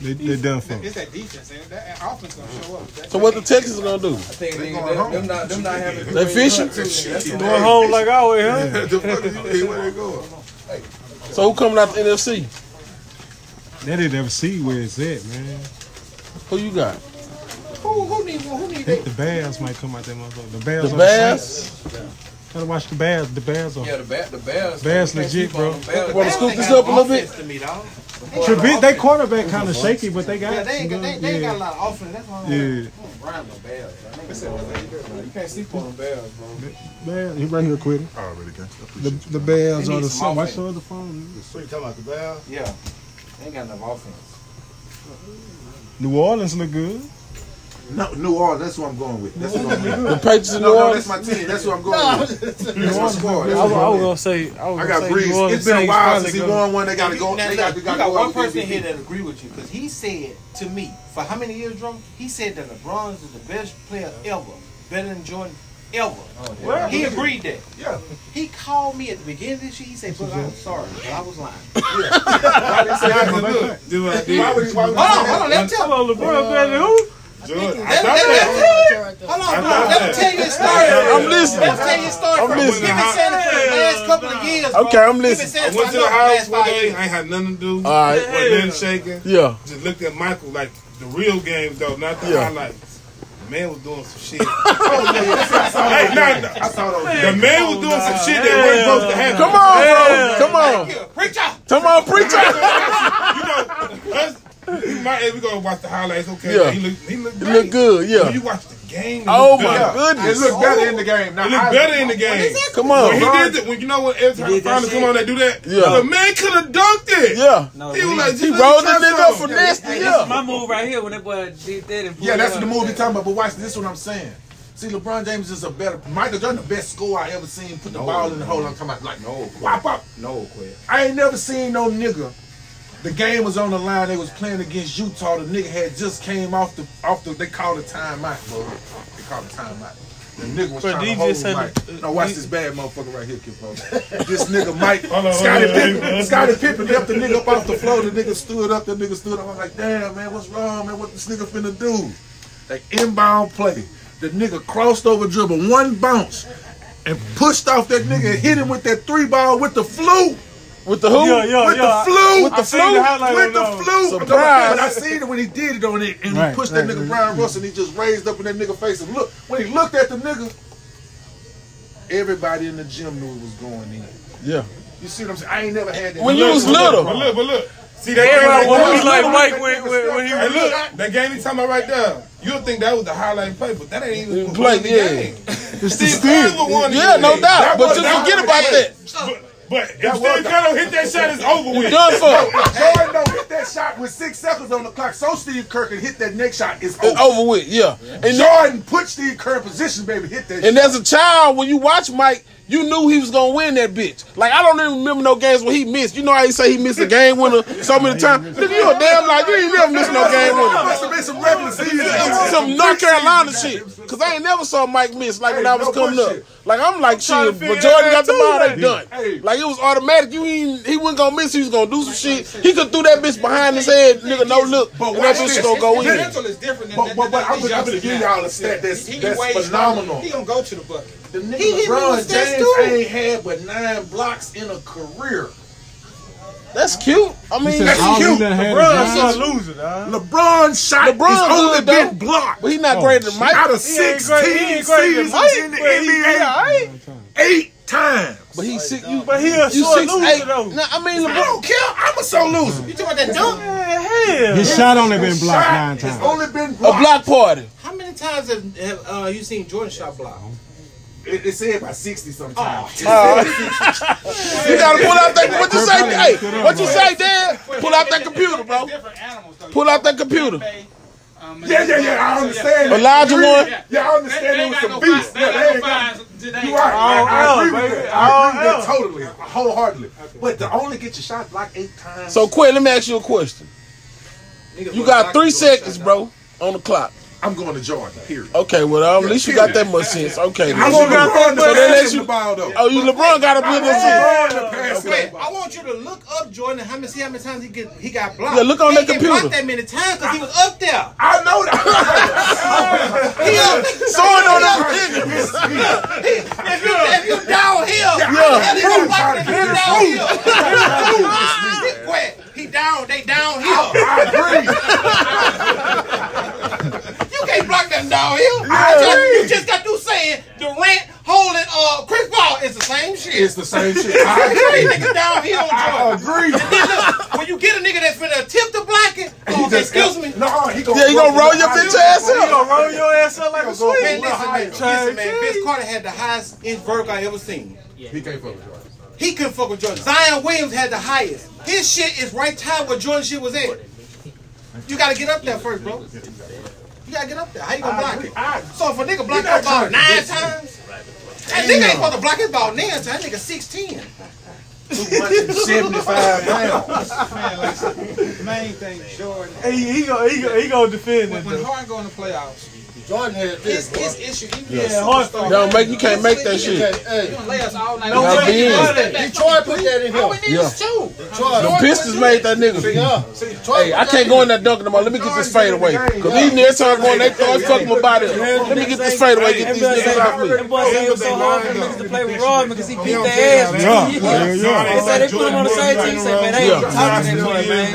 S1: They, they done for.
S7: It's that defense, and that and offense gonna show up. That,
S3: So what the Texans gonna do?
S6: I think
S5: They
S6: they,
S5: going home.
S6: them not, them not having.
S3: They fishing?
S5: Going
S4: home like always, huh?
S5: the fuck is you hey, where they going?
S3: So who coming out the NFC?
S1: They didn't ever see where it's at, man.
S3: Who you got?
S9: Who who need one? Who need
S1: think
S9: that?
S1: the Bears might come out that motherfucker. The Bears.
S3: The
S1: on the Saints.
S3: Bears?
S1: Gotta watch the Bears. The Bears are.
S10: Yeah, the bear, the bears.
S1: Bears
S10: can't
S1: legit,
S10: keep on
S1: bro.
S10: them bears.
S3: Want to scoop this up a little bit?
S2: to me, dog.
S1: Trubisky, they quarterback kind of shaky, but they got.
S2: Yeah, they ain't, got-
S1: some
S2: they,
S1: good-
S2: they ain't
S1: yeah.
S2: got a lot of offense. That's why I don't
S1: Yeah,
S11: Ryan no bears. I ain't gonna lie. You can't sleep on them bears, bro.
S1: man, he right here quitting.
S6: I already got you. I
S1: The
S6: appreciate
S1: the Bears
S11: They
S1: are
S11: need
S1: the
S11: some
S1: Saints. Watch
S11: offense.
S1: your other phone.
S10: So you talking about the bears?
S11: Yeah. They ain't got enough offense.
S1: New Orleans look good.
S5: No, New Orleans. That's what I'm going with. That's what I'm going with.
S3: The Patriots in New
S5: No, no, that's
S3: Orleans?
S5: my team. That's what I'm going with. That's
S12: I
S5: my squad.
S12: was,
S5: That's
S12: I
S5: what I'm
S12: was
S5: going
S12: gonna
S5: with.
S12: say, I was
S5: I
S12: gonna
S5: got
S12: say New
S5: Breeze.
S12: Orleans
S5: It's been a
S12: Saints
S5: while
S12: probably
S5: since he
S12: gonna-
S5: won one. They got to
S2: Now,
S5: go. They
S2: look,
S5: got to
S2: you
S5: go.
S2: got one person in here that agree with you because he said to me for how many years, bro? He said that LeBron is the best player ever, better than Jordan ever. He agreed that.
S5: Yeah.
S2: He called me at the beginning of this year. He said, "Look, I'm sorry, but I was lying."
S5: that. Do I did? Why would he- why would
S2: Hold
S5: he
S2: on,
S5: say
S2: hold on. Let me tell.
S12: Hello, LeBron better than who?
S6: Jordan.
S2: Let,
S6: I thought
S2: let,
S6: that.
S2: let, hold on, bro. Let me tell you his story.
S3: I'm listening.
S2: Let me tell you his story.
S3: I'm
S2: bro.
S3: listening.
S2: He been saying it for the last couple of years. Bro.
S3: Okay, I'm
S2: He been
S3: listening.
S2: saying
S6: I
S2: it
S6: went
S2: for
S6: to the
S2: last
S6: house one
S2: five
S6: day.
S2: years.
S6: I ain't had nothing to do.
S3: All right.
S6: Wasn't nothing shaking.
S3: Yeah.
S6: Just looked at Michael like the real games though, not the
S3: Yeah.
S6: highlights. The man was doing some shit. hey, no, no. I saw The man was doing some shit that wasn't supposed to happen.
S3: Come on, bro. Come on.
S2: Preacher.
S3: Come on, preacher.
S6: you know, us, we might we gonna watch the highlights. Okay,
S3: Yeah.
S6: he look, he look,
S3: It look good,
S6: When
S3: yeah.
S6: you watch the game, it
S3: Oh
S6: look
S3: my
S6: better.
S3: goodness.
S5: It looked better in the game. Now,
S6: It looked
S5: I-
S6: better in the game.
S3: Come
S6: When
S3: on.
S6: he did it, when you know what, every time the finally come on, they do that.
S3: Yeah.
S6: the man could have dunked it.
S3: Yeah.
S6: he was like, just
S3: He
S6: let me
S3: rolled the
S6: try
S3: nigga up for
S6: something.
S3: this.
S12: Hey, this is
S3: Yeah.
S12: my move right here when that boy did that. And
S5: Yeah,
S12: pulled
S5: that's
S12: up.
S5: the move you're talking about. But watch this. is What I'm saying. See, LeBron James is a better Michael Jordan, the best scorer I ever seen. Put the ball in the hole. I'm talking about like no, pop up.
S2: No, quit.
S5: I ain't never seen no nigga. The game was on the line. They was playing against Utah. The nigga had just came off the off the. They called a timeout, bro. They called a timeout. The nigga was
S12: But
S5: trying to
S12: DJ
S5: hold
S12: said-
S5: Mike. No,
S12: uh,
S5: watch this bad motherfucker right here, kid, folks. This nigga Mike,
S6: Hold on, hold
S5: Scotty
S6: on, hold on.
S5: Pippen, Scotty Pippen left the nigga up off the floor. The nigga stood up. The nigga stood up. I'm like, damn man, what's wrong, man? What this nigga finna do? They inbound play. The nigga crossed over dribble, one bounce, and pushed off that nigga and hit him with that three ball with the flu.
S3: With the who?
S12: Yeah, yeah,
S5: with
S12: yeah.
S5: the flu.
S3: With the
S12: I seen the
S3: flu?
S12: highlight
S5: with
S12: on
S5: the
S12: those.
S5: flu.
S3: Surprise.
S5: But I seen it when he did it on it and
S1: Right,
S5: he pushed
S1: right,
S5: that nigga
S1: right.
S5: Brian Russell and he just raised up in that nigga face and look. When he looked at the nigga, everybody in the gym knew it was going in.
S3: Yeah.
S5: You see what I'm saying? I ain't never had that.
S3: When you was little.
S6: But look, but look. See that
S12: Everybody
S6: game right
S12: was
S6: there.
S12: like Mike when, when, when he
S6: Hey,
S12: was
S6: look, that game he talking about right there. You'll think that was the highlight play, but that ain't even
S3: Play,
S6: play, the
S3: yeah.
S6: game.
S1: It's the
S6: Steve
S1: Steelers.
S6: Kerr won the
S3: Yeah, no
S6: game.
S3: doubt. But
S6: was-
S3: you
S6: that
S3: forget
S6: was-
S3: about that.
S6: But, but if Steve Kerr don't hit that shot, it's over with.
S3: Done for.
S5: Jordan don't hit that shot with six seconds on the clock, so Steve Kirk can hit that next shot. It's
S3: It's
S5: over.
S3: over with, yeah. oh, And
S5: Jordan put Steve Kerr in position, baby. Hit that.
S3: And
S5: shot.
S3: as a child, when you watch Mike, you knew he was gonna win that bitch. Like I don't even remember no games where he missed. You know how he say he missed a game winner so many times. Nigga, you a damn like you ain't never missed no game winner.
S5: must have been some regular
S3: It's
S5: season.
S3: Some North Carolina shit. Cause I ain't never saw Mike miss like when
S5: Hey,
S3: I was
S5: no
S3: coming up.
S5: bullshit.
S3: Like I'm like
S6: trying to
S3: shit,
S6: figure
S3: but Jordan
S6: that out
S3: got the
S6: too,
S3: ball, they
S6: man.
S3: done.
S5: Hey.
S3: Like it was automatic. You ain't he wasn't gonna miss. He was gonna do some shit. He could threw that bitch behind his head, nigga. No look,
S5: But
S3: and that
S5: watch
S3: bitch
S5: this.
S3: gonna go
S5: This-
S3: in.
S5: this-
S9: Mental is different than
S5: But, but, but
S9: than-
S5: I'm
S9: than
S5: gonna
S9: these youngsters
S5: give y'all a stat that's,
S9: now. He
S5: that's
S9: way
S5: phenomenal.
S9: stronger. He gonna go to the bucket.
S5: The nigga
S2: He hit me
S5: LeBron
S2: with stats
S5: James
S2: too.
S5: ain't had but nine blocks in a career.
S3: That's cute. I mean,
S1: That's
S3: that's
S1: cute.
S3: cute.
S1: LeBron
S3: such
S1: a loser, dog.
S5: LeBron shot
S3: LeBron
S5: LeBron's only
S3: good, though.
S5: been blocked
S3: But he not
S1: Oh,
S3: greater than Mike.
S5: out of
S12: He ain't
S5: 16
S12: great- he ain't great than
S5: seasons
S12: Mike,
S5: in the
S12: but he- yeah,
S5: NBA
S12: I ain't-
S5: eight times.
S3: But he six. You,
S12: But he a
S3: you
S12: short
S3: six
S12: loser
S3: eight.
S12: though.
S3: Nah, I mean,
S5: I
S3: LeBron.
S5: don't care. I'm a so loser.
S1: Mm-hmm.
S9: You talking about that dunk?
S12: Yeah, hell.
S1: His shot only been blocked
S5: Shot
S1: nine
S5: has
S1: times.
S5: only been
S3: A
S5: blocked.
S3: block party.
S2: How many times have, have uh, you seen Jordan shot block?
S5: It, it said by 60 sometimes.
S3: You gotta pull out that. What you say? Hey, what you say, Dad? Pull out that computer, bro.
S9: Different animals, though.
S3: Pull out that computer.
S9: Um,
S5: Yeah, yeah, yeah. I understand. that.
S3: Elijah one.
S5: Yeah, I
S9: They, they
S5: understand
S9: ain't
S5: it
S9: got no
S5: was some
S9: five.
S5: beats.
S9: They
S5: Yeah,
S9: ain't
S5: they ain't got
S9: got no five today.
S5: You right. I,
S12: All
S5: I agree
S12: L,
S5: with that. I agree
S12: baby.
S5: with that totally, wholeheartedly. But to only get your shot blocked eight times.
S3: So, Quinn, let me ask you a question.
S2: Nigga,
S3: You
S2: boy,
S3: got
S2: block
S3: three
S2: is Jordan
S3: seconds,
S2: shot
S3: bro, on the clock.
S5: I'm going to Jordan. Period.
S3: Okay, well, at least you got that much sense. Okay.
S5: I'm
S3: then.
S5: going to LeBron to
S3: So they let
S5: pass him
S3: you-
S5: the ball though.
S3: Oh, you LeBron got a big sense.
S5: LeBron to pass him the
S2: Wait,
S5: ball.
S2: I want you to look up Jordan and how many, see how many times he get he got blocked.
S3: Yeah, look on
S2: he
S3: that
S2: ain't get
S3: computer.
S2: blocked that many times because he was up there.
S5: I know that.
S2: He up there.
S3: Throwing on that nigga.
S2: If you if you down here,
S3: Yeah.
S2: if you don't block it, if you down here. Quit. He down. They down here.
S5: I agree.
S2: uh,
S5: It's the same shit.
S2: I agree.
S5: I
S2: nigga down here on
S5: I
S2: Jordan.
S5: agree.
S2: And then look, when you get a nigga that's finna attempt to block it, oh, okay, excuse me.
S5: No, he gonna
S3: Yeah, you gonna roll your bitch ass
S13: You
S3: up.
S13: gonna roll your ass up like a
S5: go
S13: sweet.
S2: Man, listen, man, listen, man. Vince Carter had the highest inch vertical I ever seen.
S5: He can't fuck with Jordan.
S2: He couldn't fuck with Jordan. Zion Williams had the highest. His shit is right tied where Jordan shit was at. You gotta get up there first, bro. You gotta get up there. How you gonna block it? So if a nigga block your ball nine times, that nigga ain't supposed to block his ball nine times. That nigga six ten.
S5: 75 pounds.
S7: Man, like, main thing, Jordan.
S13: Hey, he, he gonna he gonna he gonna defend it.
S7: When, when
S13: though.
S7: Harden go in the playoffs,
S4: Jordan had this.
S7: his,
S4: boy.
S7: his issue, even
S13: Yeah,
S7: yeah,
S13: Harden-
S7: superstar,
S3: Don't make you can't make that shit.
S4: Hey,
S7: doing layups all night.
S13: No
S7: long.
S3: way,
S7: He
S3: Jordan.
S7: step back
S4: Detroit
S7: from
S4: put that in
S7: All
S4: him.
S7: we need is two.
S4: Detroit.
S3: The Pistons made that nigga.
S4: Yeah. See, Detroit
S3: Hey, I can't go in that dunk no more. Let me get this fade away. Cause these niggas start going, they start fucking my body up. Let me get this fade away. Get these niggas off me.
S14: That boy said it was so hard for the niggas to play with Rodman because he beat their ass.
S1: Yeah,
S14: They
S1: yeah, yeah.
S14: said they put him on the same team. Say, man, they ain't talking to him, man.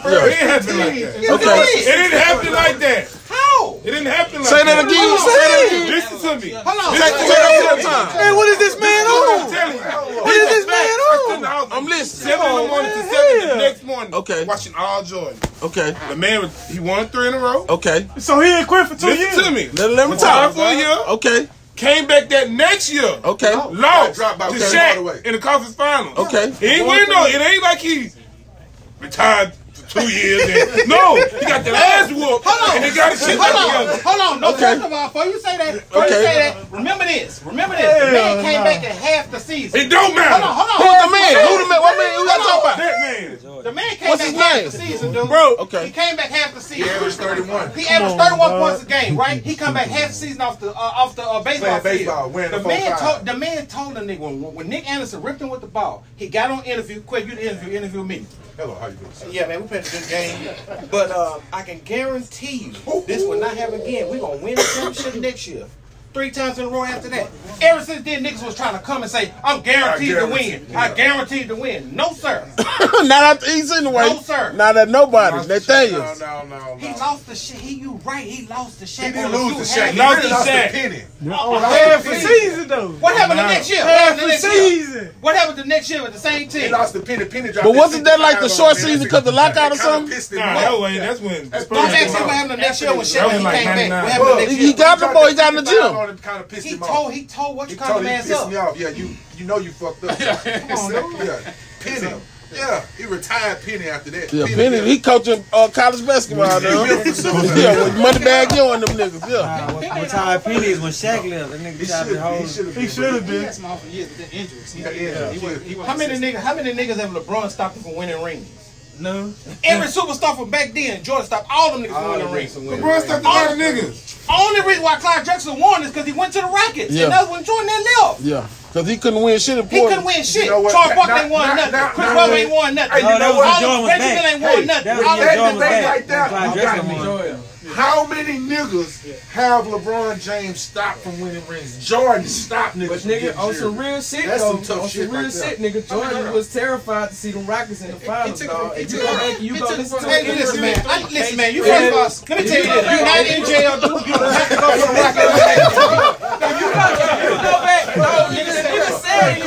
S5: It didn't happen like that.
S3: Okay.
S5: It didn't happen like that.
S2: How?
S5: It didn't happen like
S3: Say that again. Say that again.
S5: Listen to me.
S2: Hold on.
S3: Say that one more time.
S13: Hey, what is this man
S5: I'm
S13: on?
S5: telling you.
S13: What is this man on?
S3: I'm listening.
S5: Seven in the morning to seven in the next morning.
S3: Okay.
S5: Watching all Jordan.
S3: Okay.
S5: The man was he won three in a row.
S3: Okay.
S13: So he ain't quit for two years.
S5: Listen to me.
S3: Let, let me Oh.
S5: Retired
S3: talk.
S5: for a year.
S3: Okay.
S5: Came back that next year.
S3: Okay.
S5: Lost to
S15: Got dropped by Kevin Hardaway.
S5: Shaq in the conference finals.
S3: Okay.
S5: He ain't win no. It ain't like he retired for two years. And, no, he got the last whoop.
S2: Hold on.
S5: And he got his shit back
S2: Hold on,
S5: together.
S2: hold on. No,
S3: Okay.
S2: first of all, before you say that, before you
S3: Okay.
S2: say that, remember this. Remember this. the
S13: Hell
S2: man came
S13: nah.
S2: back at half the season.
S5: It don't
S2: Hold
S5: matter.
S2: on, hold on.
S3: Who's the
S2: hold on.
S3: man? Who the man? What man? Who y'all talking about?
S5: That man.
S2: The man came
S3: What's
S2: back
S3: his
S2: half
S3: name?
S2: the season, dude.
S3: Bro, okay.
S2: He came back half the season. He averaged,
S15: 31.
S2: on, 31 points a game, right? He come back half the season off the uh, off the uh, baseball,
S15: Playing baseball,
S2: field.
S15: winning
S2: The
S15: the
S2: man,
S15: 4-5.
S2: told, the man told the nigga when, when Nick Anderson ripped him with the ball, he got on interview. Quick, you the interview, interview me.
S15: Hello, how you doing? sir?
S2: Yeah, man, we played a good game. But uh, I can guarantee you, this will not happen again. We're going to win the championship next year. Three times in a row after that. Ever since then, niggas was trying to come and say, I'm guaranteed to win. I guaranteed to win. No, sir.
S3: Not at he's in the way.
S2: No, sir.
S3: Not at nobody. Nathaniel.
S15: No, no,
S2: He lost the shit. He, you right. He lost the shit.
S15: He didn't lose the Shaq. He
S5: Lost
S15: really
S5: the
S15: lost the
S5: Shaq.
S15: penny.
S13: Half the season though.
S2: What happened the next year? What
S13: Half
S2: happened the
S13: the
S2: next year?
S13: season.
S2: What happened the next year with the same
S15: He
S2: team?
S15: lost the penny. Penny dropped.
S3: But
S15: the
S3: wasn't that like the
S15: 65
S3: short
S15: on him, man.
S3: season 'cause the lockout or
S15: That kinda
S3: something?
S15: pissed him
S5: Nah,
S15: off.
S5: that way. That's when. That's
S2: Don't ask me what happened the next year when Shaq
S5: That was
S2: came
S5: like
S2: back.
S5: 99.
S2: What happened the next
S3: He
S2: year?
S3: got the boy. He got in the gym.
S15: Kind of pissed
S2: He
S15: him off.
S2: told he told what you
S15: He
S2: call
S15: told
S2: the
S15: him
S2: man's
S15: pissed me
S2: up.
S15: off. Yeah, you you know you fucked up. yeah, Penny. Yeah, he retired Penny after that.
S3: Yeah, Benny, he coaching uh, college basketball now.
S15: Yeah, for sure.
S3: yeah, with Moneybag Yo and them niggas. Yeah.
S14: Nah, when- when Ty Penny is when Shaq left. That
S15: He
S14: nigga tried to hold.
S15: should have.
S13: He should have
S7: He
S13: been.
S7: had some awful years, but then injuries. He, he,
S15: yeah.
S7: he, wasn't- he wasn't
S2: How many
S7: consistent.
S2: niggas? How many niggas have LeBron stopped him from winning rings?
S13: No.
S2: Every superstar from back then, Jordan stopped all them niggas from winning rings.
S5: LeBron stopped the
S2: All
S5: lot
S2: the
S5: of niggas.
S2: Only reason why Clyde Drexler won is because he went to the Rockets.
S3: Yeah.
S2: And that's when Jordan that left.
S3: Yeah. Because he couldn't win shit in
S2: He couldn't
S3: Portland.
S2: win shit.
S15: You know what?
S2: Charles Barkley
S15: Now-
S2: ain't won
S15: now-
S2: nothing.
S15: now-
S2: Chris
S15: now-
S2: Rose ain't won nothing.
S15: Hey, you
S14: No, that
S15: know
S14: was when
S15: what?
S14: Jordan was
S2: Reggie Miller
S14: back.
S2: ain't won nothing.
S14: That was
S2: All
S14: when
S15: Hey,
S2: that-
S14: Jordan was
S15: they
S14: back.
S15: like that.
S14: When Clyde
S15: You got
S14: Drexler
S15: me.
S14: won.
S6: Joel.
S15: How many niggas have LeBron James stop from winning rings? Jordan stopped niggas.
S6: But
S15: from
S6: nigga,
S15: getting
S13: oh,
S6: on
S15: serious.
S6: some real shit
S15: That's
S6: though,
S15: some tough
S6: on
S15: shit
S6: some real
S15: right
S6: shit, nigga, Jordan was terrified to see the Rockets in the finals,
S7: took-
S6: dog.
S7: he
S6: And you
S7: took-
S6: go back and you
S7: he
S6: go
S7: took-
S6: listen to
S2: Hey,
S6: it.
S2: listen, man. I, listen, man. You
S6: Yeah.
S2: first of all, let me tell you this. You're not in jail, dude. You don't have to go to the Rockets.
S6: You go back, no, nigga, the nigga said it.